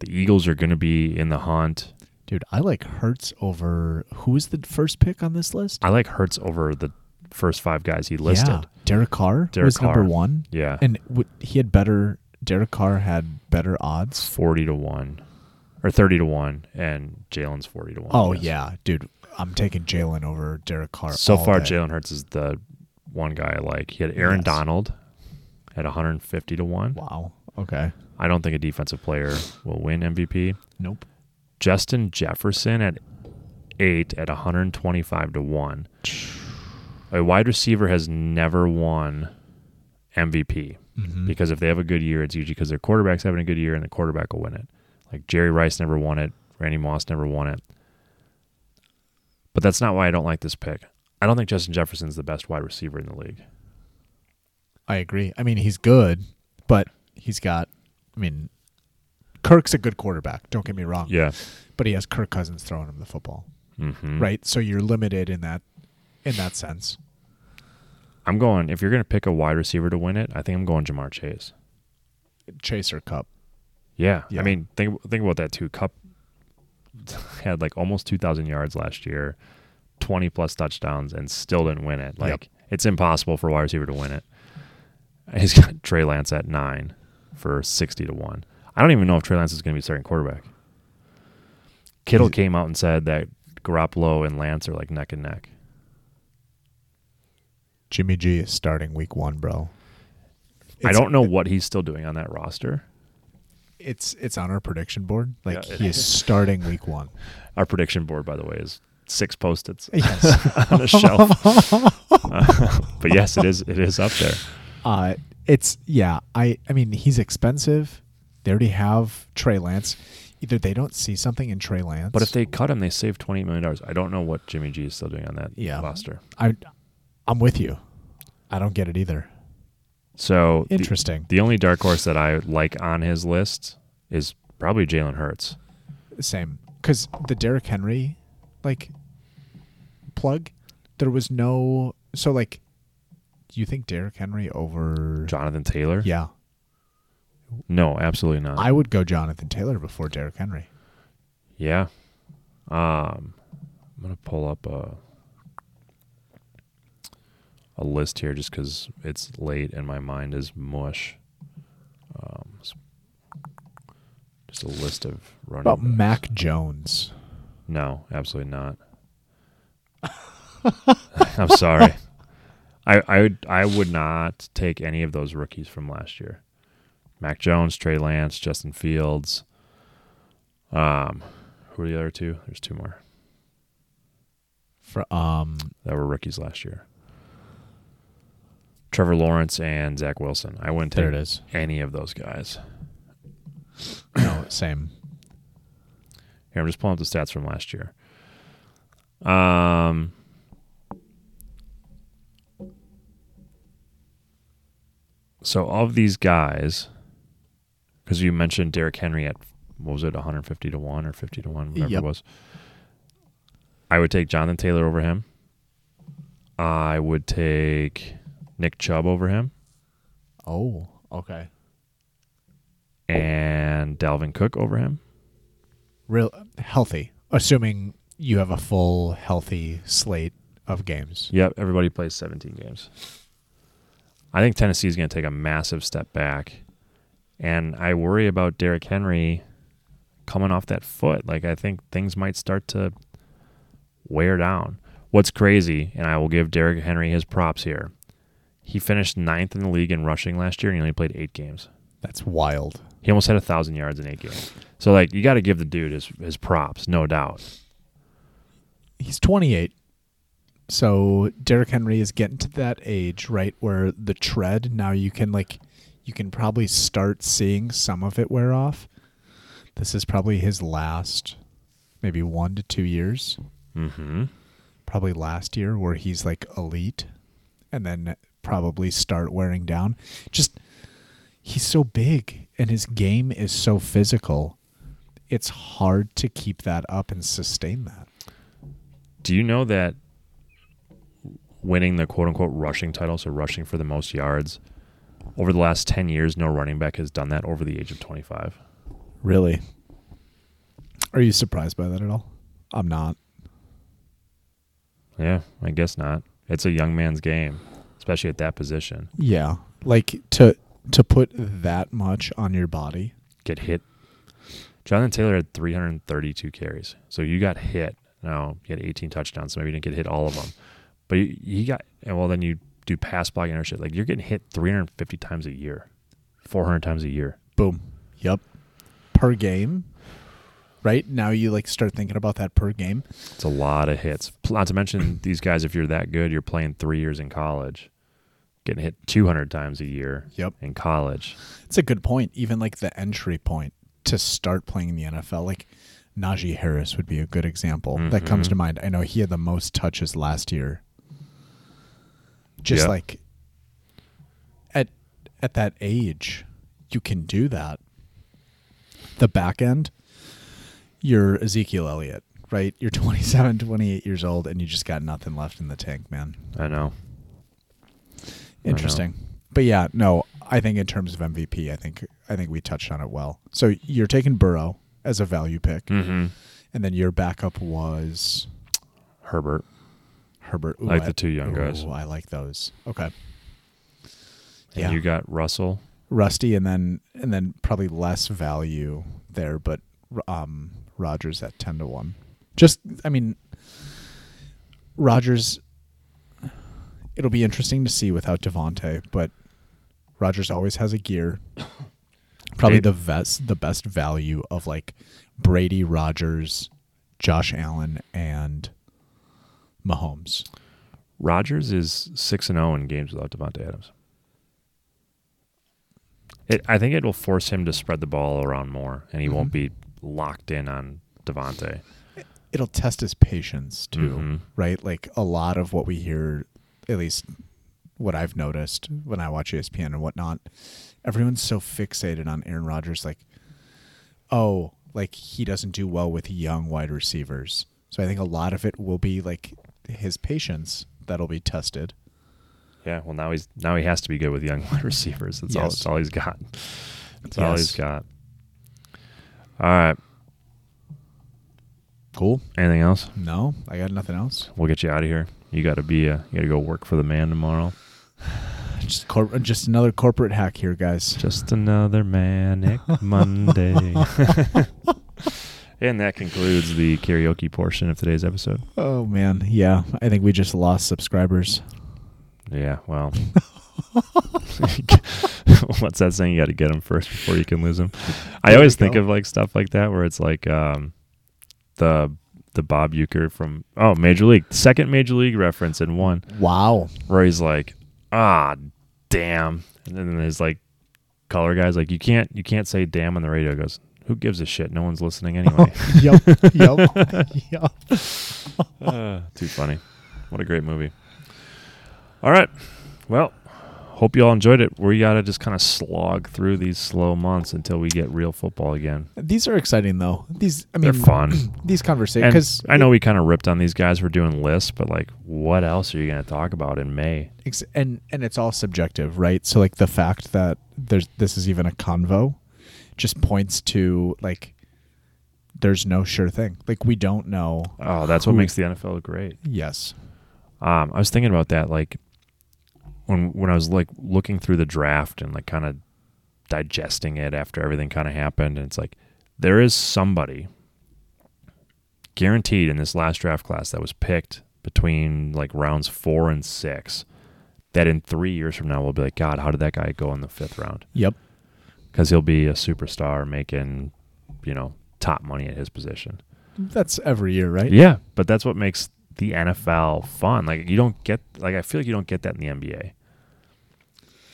Speaker 1: the Eagles are going to be in the hunt.
Speaker 2: Dude, I like Hertz over who was the first pick on this list?
Speaker 1: I like Hertz over the first five guys he listed.
Speaker 2: Yeah. Derek Carr
Speaker 1: Derek
Speaker 2: was number
Speaker 1: Carr.
Speaker 2: one.
Speaker 1: Yeah.
Speaker 2: And w- he had better, Derek Carr had better odds.
Speaker 1: 40 to 1 or 30 to 1 and Jalen's 40 to 1.
Speaker 2: Oh,
Speaker 1: yes.
Speaker 2: yeah. Dude, I'm taking Jalen over Derek Carr.
Speaker 1: So
Speaker 2: all
Speaker 1: far
Speaker 2: day.
Speaker 1: Jalen Hurts is the one guy I like. He had Aaron
Speaker 2: Yes.
Speaker 1: Donald at 150 to 1.
Speaker 2: Wow. Okay.
Speaker 1: I don't think a defensive player will win MVP.
Speaker 2: Nope.
Speaker 1: Justin Jefferson at 8 at 125 to 1. A wide receiver has never won MVP
Speaker 2: Mhm.
Speaker 1: because if they have a good year, it's usually because their quarterback's having a good year and the quarterback will win it. Like Jerry Rice never won it, Randy Moss never won it. But that's not why I don't like this pick. I don't think Justin Jefferson's the best wide receiver in the league.
Speaker 2: I agree. I mean, he's good, but he's got, I mean, Kirk's a good quarterback. Don't get me wrong.
Speaker 1: Yeah.
Speaker 2: But he has Kirk Cousins throwing him the football.
Speaker 1: Mm-hmm.
Speaker 2: right? So you're limited in that in that sense.
Speaker 1: I'm going, if you're going to pick a wide receiver to win it, I think I'm going Jamar Chase.
Speaker 2: Chaser Cup.
Speaker 1: Yeah.
Speaker 2: Yeah.
Speaker 1: I mean, think think about that too. Cup had like almost 2,000 yards last year, 20 plus touchdowns, and still didn't win it. Like, it's impossible for a wide receiver to win it. He's got Trey Lance at nine for 60 to one. I don't even know if Trey Lance is going to be starting quarterback. Kittle
Speaker 2: He's-
Speaker 1: came out and said that Garoppolo and Lance are like neck and neck.
Speaker 2: Jimmy G is starting week one, bro.
Speaker 1: I
Speaker 2: It's-
Speaker 1: don't know what he's still doing on that roster.
Speaker 2: It's it's on our prediction board. Like
Speaker 1: Yeah, it
Speaker 2: he is starting week one.
Speaker 1: Our prediction board, by the way, is six post-its
Speaker 2: Yes.
Speaker 1: on a shelf. Uh, but yes, it is. It is up there.
Speaker 2: uh, it's yeah. I I mean he's expensive. They already have Trey Lance. Either they don't see something in Trey Lance.
Speaker 1: But if they cut him, they save twenty eight million dollars. I don't know what Jimmy G is still doing on that
Speaker 2: Yeah.
Speaker 1: roster.
Speaker 2: I, I'm with you. I don't get it either.
Speaker 1: So the,
Speaker 2: Interesting.
Speaker 1: the only dark horse that I like on his list is probably Jalen Hurts.
Speaker 2: Same. Because the Derrick Henry, like, plug, there was no. So, like, do you think Derrick Henry over.
Speaker 1: Jonathan Taylor?
Speaker 2: Yeah.
Speaker 1: No, absolutely not.
Speaker 2: I would go Jonathan Taylor before Derrick Henry.
Speaker 1: yeah. Um I'm gonna pull up a a list here just because it's late and my mind is mush. Um, s- Just a list of running.
Speaker 2: About
Speaker 1: backs.
Speaker 2: Mac Jones.
Speaker 1: No, absolutely not. I'm sorry. I I would I would not take any of those rookies from last year. Mac Jones, Trey Lance, Justin Fields. Um, who are the other two? There's two more
Speaker 2: For um,
Speaker 1: that were rookies last year. Trevor Lawrence and Zach Wilson. I wouldn't
Speaker 2: there it
Speaker 1: take
Speaker 2: is.
Speaker 1: any of those guys.
Speaker 2: No, same.
Speaker 1: Here, I'm just pulling up the stats from last year. Um, so of these guys, because you mentioned Derrick Henry at what was it, 150 to one or 50 to one, whatever
Speaker 2: Yep.
Speaker 1: it was. I would take Jonathan Taylor over him. I would take Nick Chubb over him
Speaker 2: Oh, okay.
Speaker 1: and Dalvin Cook over him.
Speaker 2: Real healthy, assuming you have a full healthy slate of games.
Speaker 1: Yep, everybody plays 17 games. I think Tennessee is going to take a massive step back, and I worry about Derrick Henry coming off that foot. Like I think things might start to wear down. What's crazy, and I will give Derrick Henry his props here. He finished ninth in the league in rushing last year, and he only played eight games.
Speaker 2: That's wild.
Speaker 1: He almost had a thousand yards in eight games. So like you got to give the dude his his props, no doubt.
Speaker 2: He's 28. So Derrick Henry is getting to that age, right, where the tread now you can like you can probably start seeing some of it wear off. This is probably his last maybe 1 to 2 years,
Speaker 1: Mm-hmm.
Speaker 2: probably last year where he's like elite and then probably start wearing down. Just he's so big and his game is so physical. It's hard to keep that up and sustain that.
Speaker 1: Do you know that winning the quote unquote rushing title, so rushing for the most yards, over the last 10 years, no running back has done that over the age of 25?
Speaker 2: Really? Are you surprised by that at all? I'm not.
Speaker 1: Yeah, I guess not. It's a young man's game, especially at that position.
Speaker 2: Yeah. Like to to put that much on your body.
Speaker 1: Get hit. Jonathan Taylor had 332 carries. So you got hit. Now, you had 18 touchdowns, so maybe you didn't get hit all of them. But you, you got, and well, then you do pass blocking or shit. Like you're getting hit 350 times a year, 400 times a year.
Speaker 2: Boom. Yep. Per game. Right? Now you like start thinking about that per game.
Speaker 1: It's a lot of hits. Pl- Not to mention these guys, if you're that good, you're playing three years in college, getting hit 200 times a year
Speaker 2: Yep.
Speaker 1: in college.
Speaker 2: It's a good point. Even like the entry point to start playing in the NFL, like Najee Harris would be a good example that comes
Speaker 1: Mhm.
Speaker 2: to mind. I know he had the most touches last year. Just
Speaker 1: Yeah.
Speaker 2: like at at that age, you can do that. The back end, you're Ezekiel Elliott, right? You're 27, 28 years old, and you just got nothing left in the tank, man.
Speaker 1: I know. know.
Speaker 2: Interesting. But yeah, no, I think in terms of MVP, I think I think we touched on it well. So you're taking Burrow as a value pick,
Speaker 1: Mm-hmm.
Speaker 2: and then your backup was
Speaker 1: Herbert.
Speaker 2: Herbert.
Speaker 1: Like the two young guys.
Speaker 2: Ooh, I like those. Okay.
Speaker 1: And
Speaker 2: Yeah.
Speaker 1: you got Russell.
Speaker 2: Rusty, and then and then probably less value there, but um, Rogers at ten to one. Just, I mean, Rogers. It'll be interesting to see without Devontae, but Rogers always has a gear. Probably
Speaker 1: Dude.
Speaker 2: the best, the best value of like Brady, Rogers, Josh Allen, and Mahomes.
Speaker 1: Rodgers is 6 and 0 in games without Devontae Adams. It, I think it will force him to spread the ball around more, and he won't
Speaker 2: Mhm.
Speaker 1: be locked in on Devontae.
Speaker 2: it'll test his patience too,
Speaker 1: Mhm.
Speaker 2: right? Like a lot of what we hear, at least what I've noticed when I watch E ESPN and whatnot, everyone's so fixated on Aaron Rodgers, like, oh, like he doesn't do well with young wide receivers. So I think a lot of it will be like his patience that'll be tested.
Speaker 1: Yeah, well now he's now he has to be good with young wide receivers. That's all
Speaker 2: Yes.
Speaker 1: that's all he's got. That's all he's
Speaker 2: Yes.
Speaker 1: got. All right.
Speaker 2: Cool.
Speaker 1: Anything else?
Speaker 2: No, I got nothing else.
Speaker 1: We'll get you out of here. You gotta be uh you gotta go work for the man tomorrow.
Speaker 2: Just corp- just another corporate hack here, guys.
Speaker 1: Just another manic Monday. and that concludes the karaoke portion of today's episode.
Speaker 2: Oh man, yeah. I think we just lost subscribers.
Speaker 1: Yeah, well. What's that saying? You got to get them first before you can lose them. I
Speaker 2: There
Speaker 1: always
Speaker 2: you go.
Speaker 1: think of like stuff like that where it's like um, the the Bob Euchre from oh Major League second Major League reference in one
Speaker 2: Wow.
Speaker 1: where he's like ah damn and then his like color guys like you can't you can't say damn on the radio He goes who gives a shit no one's listening anyway
Speaker 2: Yep. yep. Yep.
Speaker 1: Uh, too funny. What a great movie. All right. Well, hope you all enjoyed it. We got to just kind of slog through these slow months until we get real football again.
Speaker 2: These are exciting though. These I mean
Speaker 1: They're fun.
Speaker 2: These
Speaker 1: And
Speaker 2: conversations
Speaker 1: I know we kind of ripped on these guys for doing lists, but like, what else are you going to talk about in May?
Speaker 2: ex- and and it's all subjective, right? So like the fact that there's this is even a convo just points to like there's no sure thing. Like we don't know.
Speaker 1: Oh, that's what
Speaker 2: Who-
Speaker 1: makes the NFL great.
Speaker 2: Yes.
Speaker 1: Um, I was thinking about that, like when when I was like looking through the draft and like kind of digesting it after everything kind of happened, and it's like there is somebody guaranteed in this last draft class that was picked between like rounds four and six that in three years from now we'll be like, God, how did that guy go in the fifth round?
Speaker 2: Yep.
Speaker 1: Because he'll be a superstar making, you know, top money at his position.
Speaker 2: That's every year, right?
Speaker 1: Yeah, but that's what makes the NFL fun. Like you don't get like I feel like you don't get that in the NBA.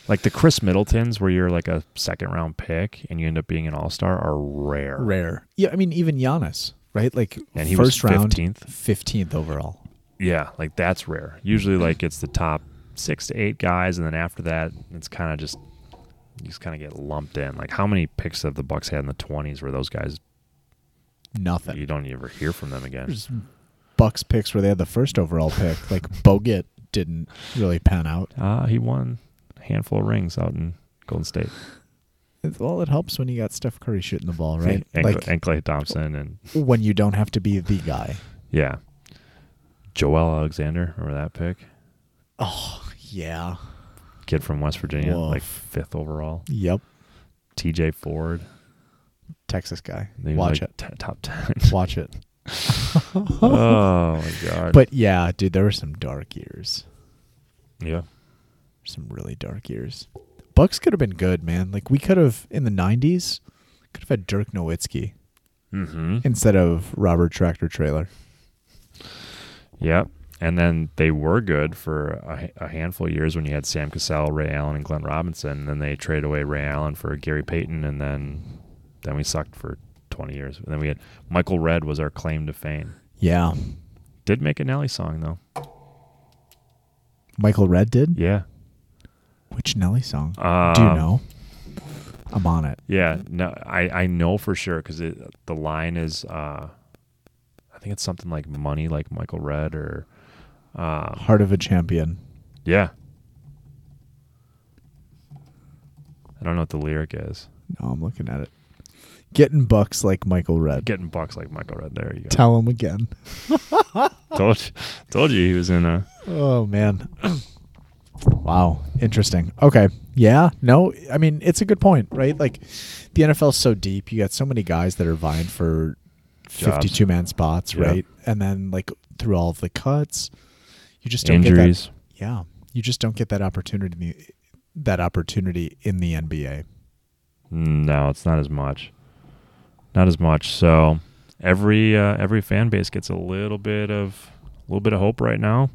Speaker 1: Like the Chris Middletons where you're like a second round pick and you end up being an all-star are rare.
Speaker 2: Rare. Yeah, I mean even Giannis, right? Like
Speaker 1: And he
Speaker 2: first
Speaker 1: was
Speaker 2: round
Speaker 1: 15th.
Speaker 2: 15th overall.
Speaker 1: Yeah, like that's rare. Usually like it's the top 6 to 8 guys and then after that it's kind of just you just kind of get lumped in. Like how many picks have the Bucks had in the 20s where those guys
Speaker 2: Nothing.
Speaker 1: you don't ever hear from them again?
Speaker 2: There's Bucks picks where they had the first overall pick. Like Bogut didn't really pan out.
Speaker 1: Ah, he won a handful of rings out in Golden State.
Speaker 2: It's- Well, it helps when you got Steph Curry shooting the ball, right?
Speaker 1: And,
Speaker 2: like
Speaker 1: and Clay Thompson and
Speaker 2: when you don't have to be the guy.
Speaker 1: Yeah. Joel Alexander, remember that pick?
Speaker 2: Yeah.
Speaker 1: Kid from West Virginia,
Speaker 2: Woof.
Speaker 1: like fifth overall.
Speaker 2: Yep.
Speaker 1: TJ Ford.
Speaker 2: Texas guy.
Speaker 1: They were,
Speaker 2: Watch
Speaker 1: like,
Speaker 2: it.
Speaker 1: t- top 10.
Speaker 2: Watch it.
Speaker 1: oh, my God.
Speaker 2: But yeah, dude, there were some dark years.
Speaker 1: yeah.
Speaker 2: Some really dark years. Bucks could have been good, man. Like we could have in the '90s, could have had Dirk Nowitzki
Speaker 1: Mm-hmm.
Speaker 2: instead of Robert Tractor Trailer.
Speaker 1: Yep. And then they were good for a, ha- a handful of years when you had Sam Cassell, Ray Allen, and Glenn Robinson. And then they traded away Ray Allen for Gary Payton, and then then we sucked for 20 years. And then we had Michael Red was our claim to fame.
Speaker 2: Yeah,
Speaker 1: Did make a Nelly song though.
Speaker 2: Michael Red did.
Speaker 1: Yeah.
Speaker 2: Which Nelly song?
Speaker 1: Um,
Speaker 2: Do you know? I'm on it.
Speaker 1: Yeah, no, I, I know for sure because the line is, uh, I think it's something like money, like Michael Red or, uh,
Speaker 2: Heart of a Champion.
Speaker 1: yeah. I don't know what the lyric is.
Speaker 2: No, I'm looking at it. Getting bucks like Michael Red.
Speaker 1: Getting bucks like Michael Red. There you go.
Speaker 2: Tell him again.
Speaker 1: told, told you he was in uh, a.
Speaker 2: Oh man. wow. Interesting. Okay. Yeah. No. I mean, it's a good point, right? Like, the NFL's so deep. You got so many guys that are vying for
Speaker 1: Jobs.
Speaker 2: fifty-two man spots,
Speaker 1: Yeah.
Speaker 2: right? And then like through all of the cuts, you just don't
Speaker 1: Injuries.
Speaker 2: get that. Yeah. You just don't get that opportunity. That opportunity in the NBA.
Speaker 1: No, it's not as much. Not as much. So every uh, every fan base gets a little bit of a little bit of hope right now.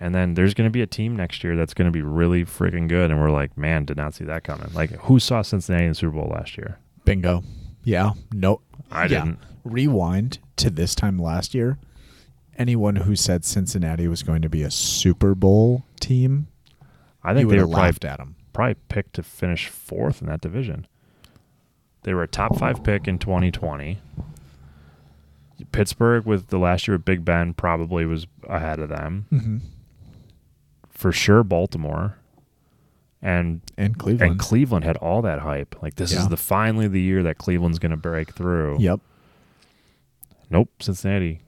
Speaker 1: And then there's going to be a team next year that's going to be really freaking good and we're like, "Man, did not see that coming." Like, who saw Cincinnati in the Super Bowl last year?
Speaker 2: Bingo. Yeah. No.
Speaker 1: I
Speaker 2: yeah.
Speaker 1: didn't.
Speaker 2: Rewind to this time last year. Anyone who said Cincinnati was going to be a Super Bowl team,
Speaker 1: I
Speaker 2: you
Speaker 1: think
Speaker 2: would
Speaker 1: they were
Speaker 2: have
Speaker 1: probably,
Speaker 2: laughed at them.
Speaker 1: probably picked to finish 4th in that division. They were a top 5 pick in 2020. Pittsburgh with the last year of Big Ben probably was ahead of them.
Speaker 2: Mm-hmm.
Speaker 1: for sure Baltimore and
Speaker 2: And Cleveland.
Speaker 1: and Cleveland had all that hype. Like this
Speaker 2: Yeah.
Speaker 1: is the finally the year that Cleveland's going to break through.
Speaker 2: yep.
Speaker 1: Nope, Cincinnati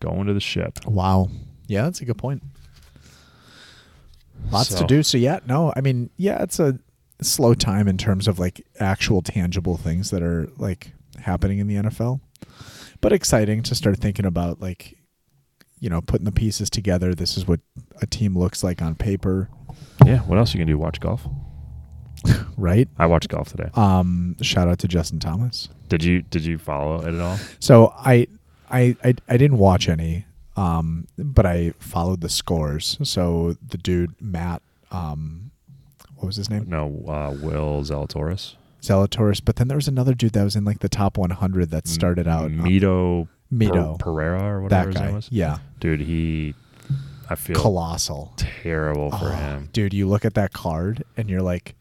Speaker 1: going to the ship.
Speaker 2: Wow. Yeah, that's a good point. Lots
Speaker 1: So-
Speaker 2: to do. So yeah, no, I mean, yeah, it's a slow time in terms of like actual tangible things that are like happening in the NFL. But exciting to start thinking about like you know, putting the pieces together. This is what a team looks like on paper,
Speaker 1: Yeah. What else you can do? Watch golf.
Speaker 2: right?
Speaker 1: I watched golf today.
Speaker 2: Um shout out to Justin Thomas.
Speaker 1: Did you Did you follow it at all?
Speaker 2: So I I I, I didn't watch any, um, but I followed the scores. So the dude Matt, um, what was his name?
Speaker 1: No. Uh, Will Zalatoris.
Speaker 2: Zalatoris. But then there was another dude that was in like the top 100 that started out um,
Speaker 1: Mito
Speaker 2: Mito,
Speaker 1: Pereira or whatever
Speaker 2: that
Speaker 1: his name
Speaker 2: guy.
Speaker 1: was.
Speaker 2: Yeah,
Speaker 1: Dude, he. I feel
Speaker 2: colossal.
Speaker 1: terrible for
Speaker 2: Oh,
Speaker 1: him.
Speaker 2: dude, you look at that card and you're like.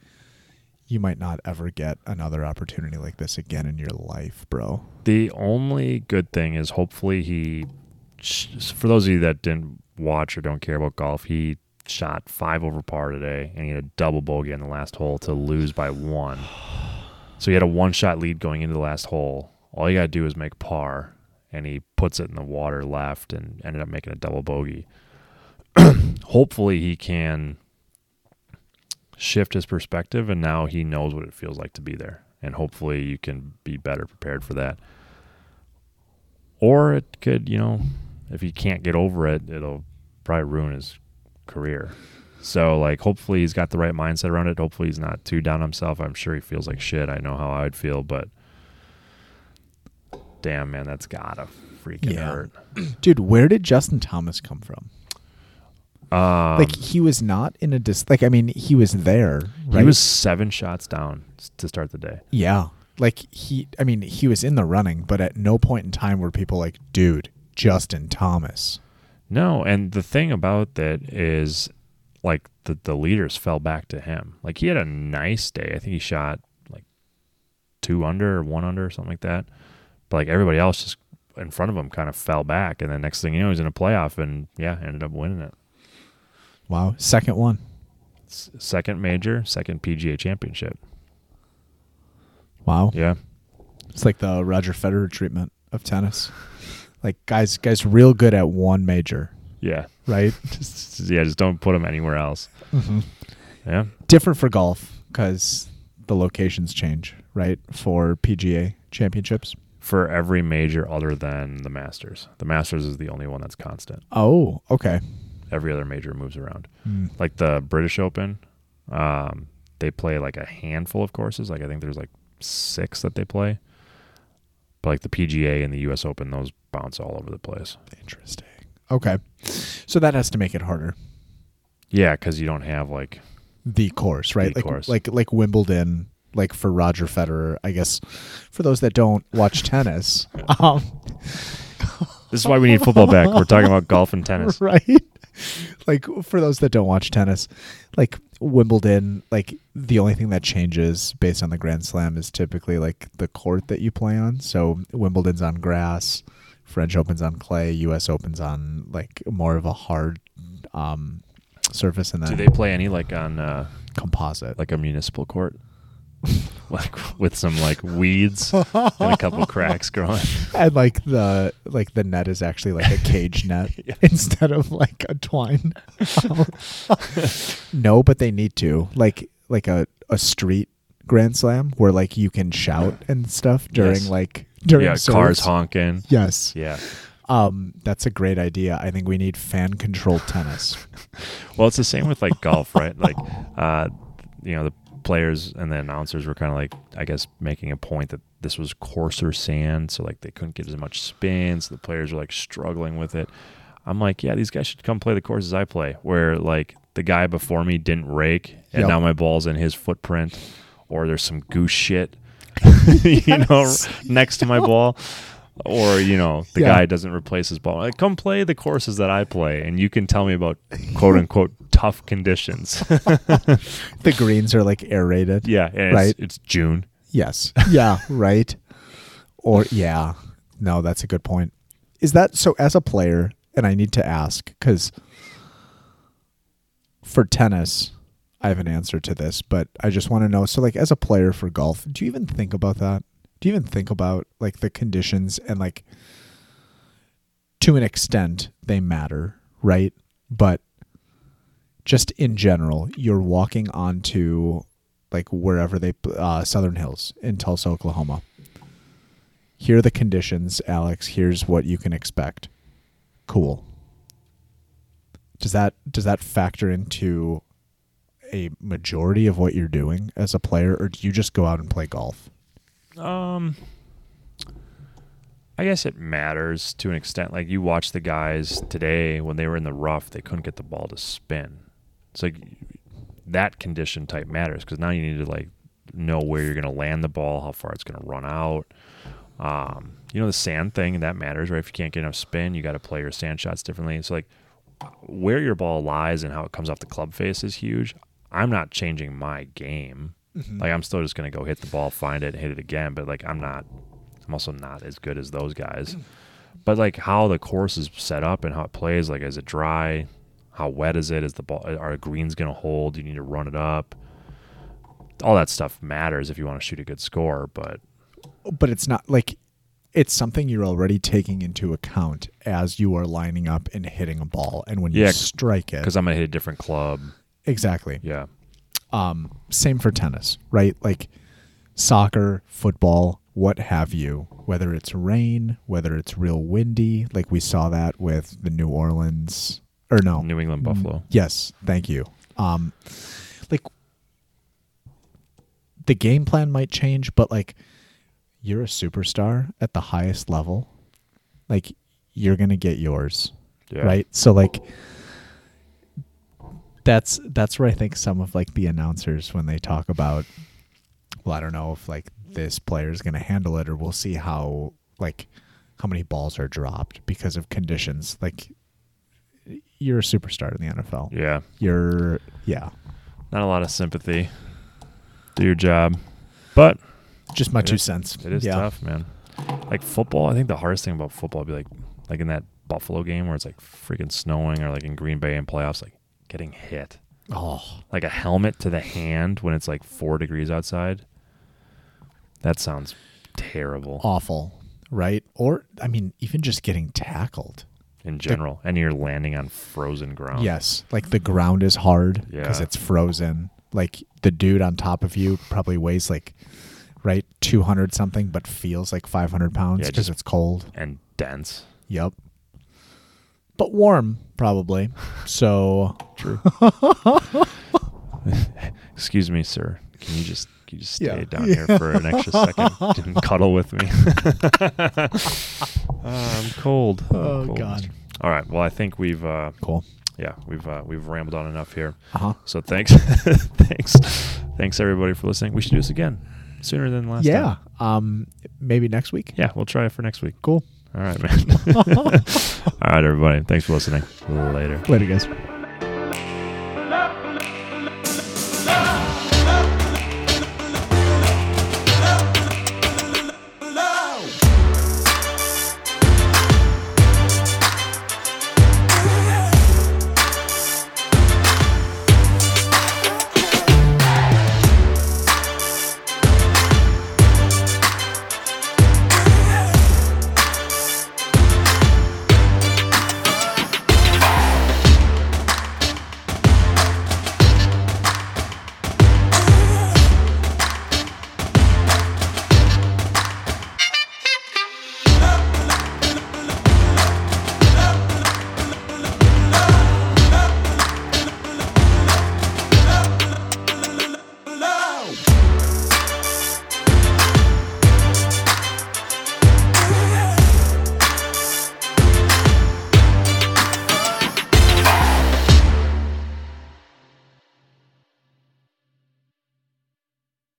Speaker 2: You might not ever get another opportunity like this again in your life, bro.
Speaker 1: The only good thing is hopefully he, sh- for those of you that didn't watch or don't care about golf, he shot five over par today and he had a double bogey in the last hole to lose by one. So he had a one shot lead going into the last hole. All you got to do is make par and he puts it in the water left and ended up making a double bogey. hopefully he can shift his perspective and now he knows what it feels like to be there and hopefully you can be better prepared for that or it could you know if he can't get over it it'll probably ruin his career so like hopefully he's got the right mindset around it hopefully he's not too down on himself i'm sure he feels like shit i know how i would feel but damn man that's gotta freaking
Speaker 2: Yeah.
Speaker 1: hurt
Speaker 2: Dude, where did Justin Thomas come from?
Speaker 1: um,
Speaker 2: like he was not in a dis. Like I mean, he was there. Right?
Speaker 1: he was seven shots down s- to start the day
Speaker 2: Yeah. Like he I mean, he was in the running, but at no point in time were people like, dude, Justin Thomas.
Speaker 1: No, and the thing about that is like the the leaders fell back to him. Like he had a nice day. I think he shot like two under or one under or something like that. But like everybody else just in front of him kind of fell back and then next thing you know he's in a playoff and yeah, ended up winning it.
Speaker 2: Wow. Second one.
Speaker 1: S- second major, second PGA championship.
Speaker 2: Wow.
Speaker 1: Yeah.
Speaker 2: It's like the Roger Federer treatment of tennis. Like guys guys real good at one major,
Speaker 1: Yeah.
Speaker 2: right?
Speaker 1: Just yeah, just don't put him anywhere else.
Speaker 2: mm-hmm.
Speaker 1: Yeah.
Speaker 2: Different for golf cuz the locations change, right? For PGA championships.
Speaker 1: For every major other than the Masters. The Masters is the only one that's constant.
Speaker 2: Oh, okay.
Speaker 1: Every other major moves around.
Speaker 2: Mm.
Speaker 1: like the British Open, um, they play like a handful of courses. Like I think there's like six that they play. But like the PGA and the U.S. Open, those bounce all over the place.
Speaker 2: Interesting. Okay. So that has to make it harder.
Speaker 1: Yeah, because you don't have like
Speaker 2: the course, right?
Speaker 1: The
Speaker 2: like
Speaker 1: course.
Speaker 2: like like Wimbledon, like for Roger Federer. I guess for those that don't watch tennis, um,
Speaker 1: this is why we need football back. We're talking about golf and tennis.
Speaker 2: right? Like for those that don't watch tennis, like Wimbledon, like the only thing that changes based on the Grand Slam is typically like the court that you play on. So Wimbledon's on grass, French Open's on clay, U.S. Open's on like more of a hard um, surface, and
Speaker 1: Do
Speaker 2: then
Speaker 1: they play any like on uh,
Speaker 2: composite.
Speaker 1: like a municipal court, like with some like weeds and a couple cracks growing?
Speaker 2: and like the like the net is actually like a cage net instead of like a twine no but they need to like like a, a street grand slam where like you can shout and stuff during
Speaker 1: Yes.
Speaker 2: like during
Speaker 1: yeah, cars
Speaker 2: service.
Speaker 1: honking.
Speaker 2: yes
Speaker 1: Yeah.
Speaker 2: um that's a great idea i think we need fan controlled tennis
Speaker 1: Well, it's the same with like golf, right? Like, uh, you know, the players and the announcers were kind of like, I guess, making a point that this was coarser sand, so like they couldn't get as much spin, so the players were like struggling with it. I'm like, yeah, these guys should come play the courses I play, where like the guy before me didn't rake, and
Speaker 2: Yep.
Speaker 1: now my ball's in his footprint, or there's some goose shit, you know, next to my ball. Or you know the
Speaker 2: Yeah.
Speaker 1: guy doesn't replace his ball. Like, come play the courses that I play, and you can tell me about quote unquote tough conditions.
Speaker 2: the greens are like aerated
Speaker 1: yeah, and
Speaker 2: Right.
Speaker 1: It's, it's June.
Speaker 2: Yes. Yeah. right. Or yeah. No, that's a good point. Is that so? As a player, and I need to ask because for tennis, I have an answer to this, but I just want to know. So, like, as a player for golf, do you even think about that? Do you even think about like the conditions and like to an extent they matter, right? But just in general, you're walking onto like wherever they uh, Southern Hills in Tulsa, Oklahoma. Here are the conditions, Alex. Here's what you can expect. Cool. Does that does that factor into a majority of what you're doing as a player, or do you just go out and play golf?
Speaker 1: Um, I guess it matters to an extent. Like you watch the guys today when they were in the rough, they couldn't get the ball to spin. It's like that condition type matters because now you need to like know where you're going to land the ball, how far it's going to run out. Um, you know the sand thing that matters, right? If you can't get enough spin, you got to play your sand shots differently. It's so, like where your ball lies and how it comes off the club face is huge. I'm not changing my game. Like I'm still just gonna go hit the ball, find it, hit it again. But like I'm not, I'm also not as good as those guys. But like how the course is set up and how it plays, like is it dry? How wet is it? Is the ball are greens gonna hold? Do you need to run it up? All that stuff matters if you want to shoot a good score. But
Speaker 2: But it's not like it's something you're already taking into account as you are lining up and hitting a ball, and when
Speaker 1: Yeah,
Speaker 2: you
Speaker 1: 'cause-
Speaker 2: strike it.
Speaker 1: because I'm gonna hit a different club,
Speaker 2: Exactly.
Speaker 1: yeah.
Speaker 2: um, same for tennis, right? Like soccer, football, what have you, whether it's rain, whether it's real windy, like we saw that with the New Orleans or no.
Speaker 1: New England
Speaker 2: Mm-hmm.
Speaker 1: Buffalo.
Speaker 2: Yes, thank you. Um, like the game plan might change, but like you're a superstar at the highest level. Like you're going to get yours
Speaker 1: Yeah.
Speaker 2: right so like that's that's where i think some of like the announcers when they talk about well i don't know if like this player is going to handle it or we'll see how like how many balls are dropped because of conditions like you're a superstar in the nfl
Speaker 1: Yeah.
Speaker 2: you're yeah
Speaker 1: Not a lot of sympathy. Do your job, but
Speaker 2: just my
Speaker 1: It
Speaker 2: two
Speaker 1: is-
Speaker 2: cents
Speaker 1: It is
Speaker 2: yeah.
Speaker 1: tough, man. Like football, I think the hardest thing about football would be like like in that Buffalo game where it's like freaking snowing or like in Green Bay in playoffs, like getting hit.
Speaker 2: oh
Speaker 1: Like a helmet to the hand when it's like four degrees outside. That sounds
Speaker 2: Oh,
Speaker 1: terrible
Speaker 2: awful right or i mean even just getting tackled
Speaker 1: in general. And you're landing on frozen ground.
Speaker 2: Yes, like the ground is hard because
Speaker 1: Yeah.
Speaker 2: it's frozen. Like the dude on top of you probably weighs like right two hundred something, but feels like five hundred pounds
Speaker 1: Yeah,
Speaker 2: because
Speaker 1: just-
Speaker 2: it's cold.
Speaker 1: And dense.
Speaker 2: Yep, but warm probably. So
Speaker 1: True. Excuse me, sir. Can you just can you just stay
Speaker 2: Yeah.
Speaker 1: down here for an extra second and cuddle with me? Uh, I'm cold. I'm
Speaker 2: Oh,
Speaker 1: cold,
Speaker 2: God.
Speaker 1: mister. All right. Well, I think we've uh,
Speaker 2: cool.
Speaker 1: yeah we've uh, we've rambled on enough here.
Speaker 2: Uh huh.
Speaker 1: So thanks, thanks, thanks everybody for listening. We should do this again sooner than last time.
Speaker 2: Yeah. Um. Maybe next week.
Speaker 1: Yeah. We'll try it for next week.
Speaker 2: Cool.
Speaker 1: All right, man. All right, everybody. Thanks for listening. Later.
Speaker 2: Later, guys.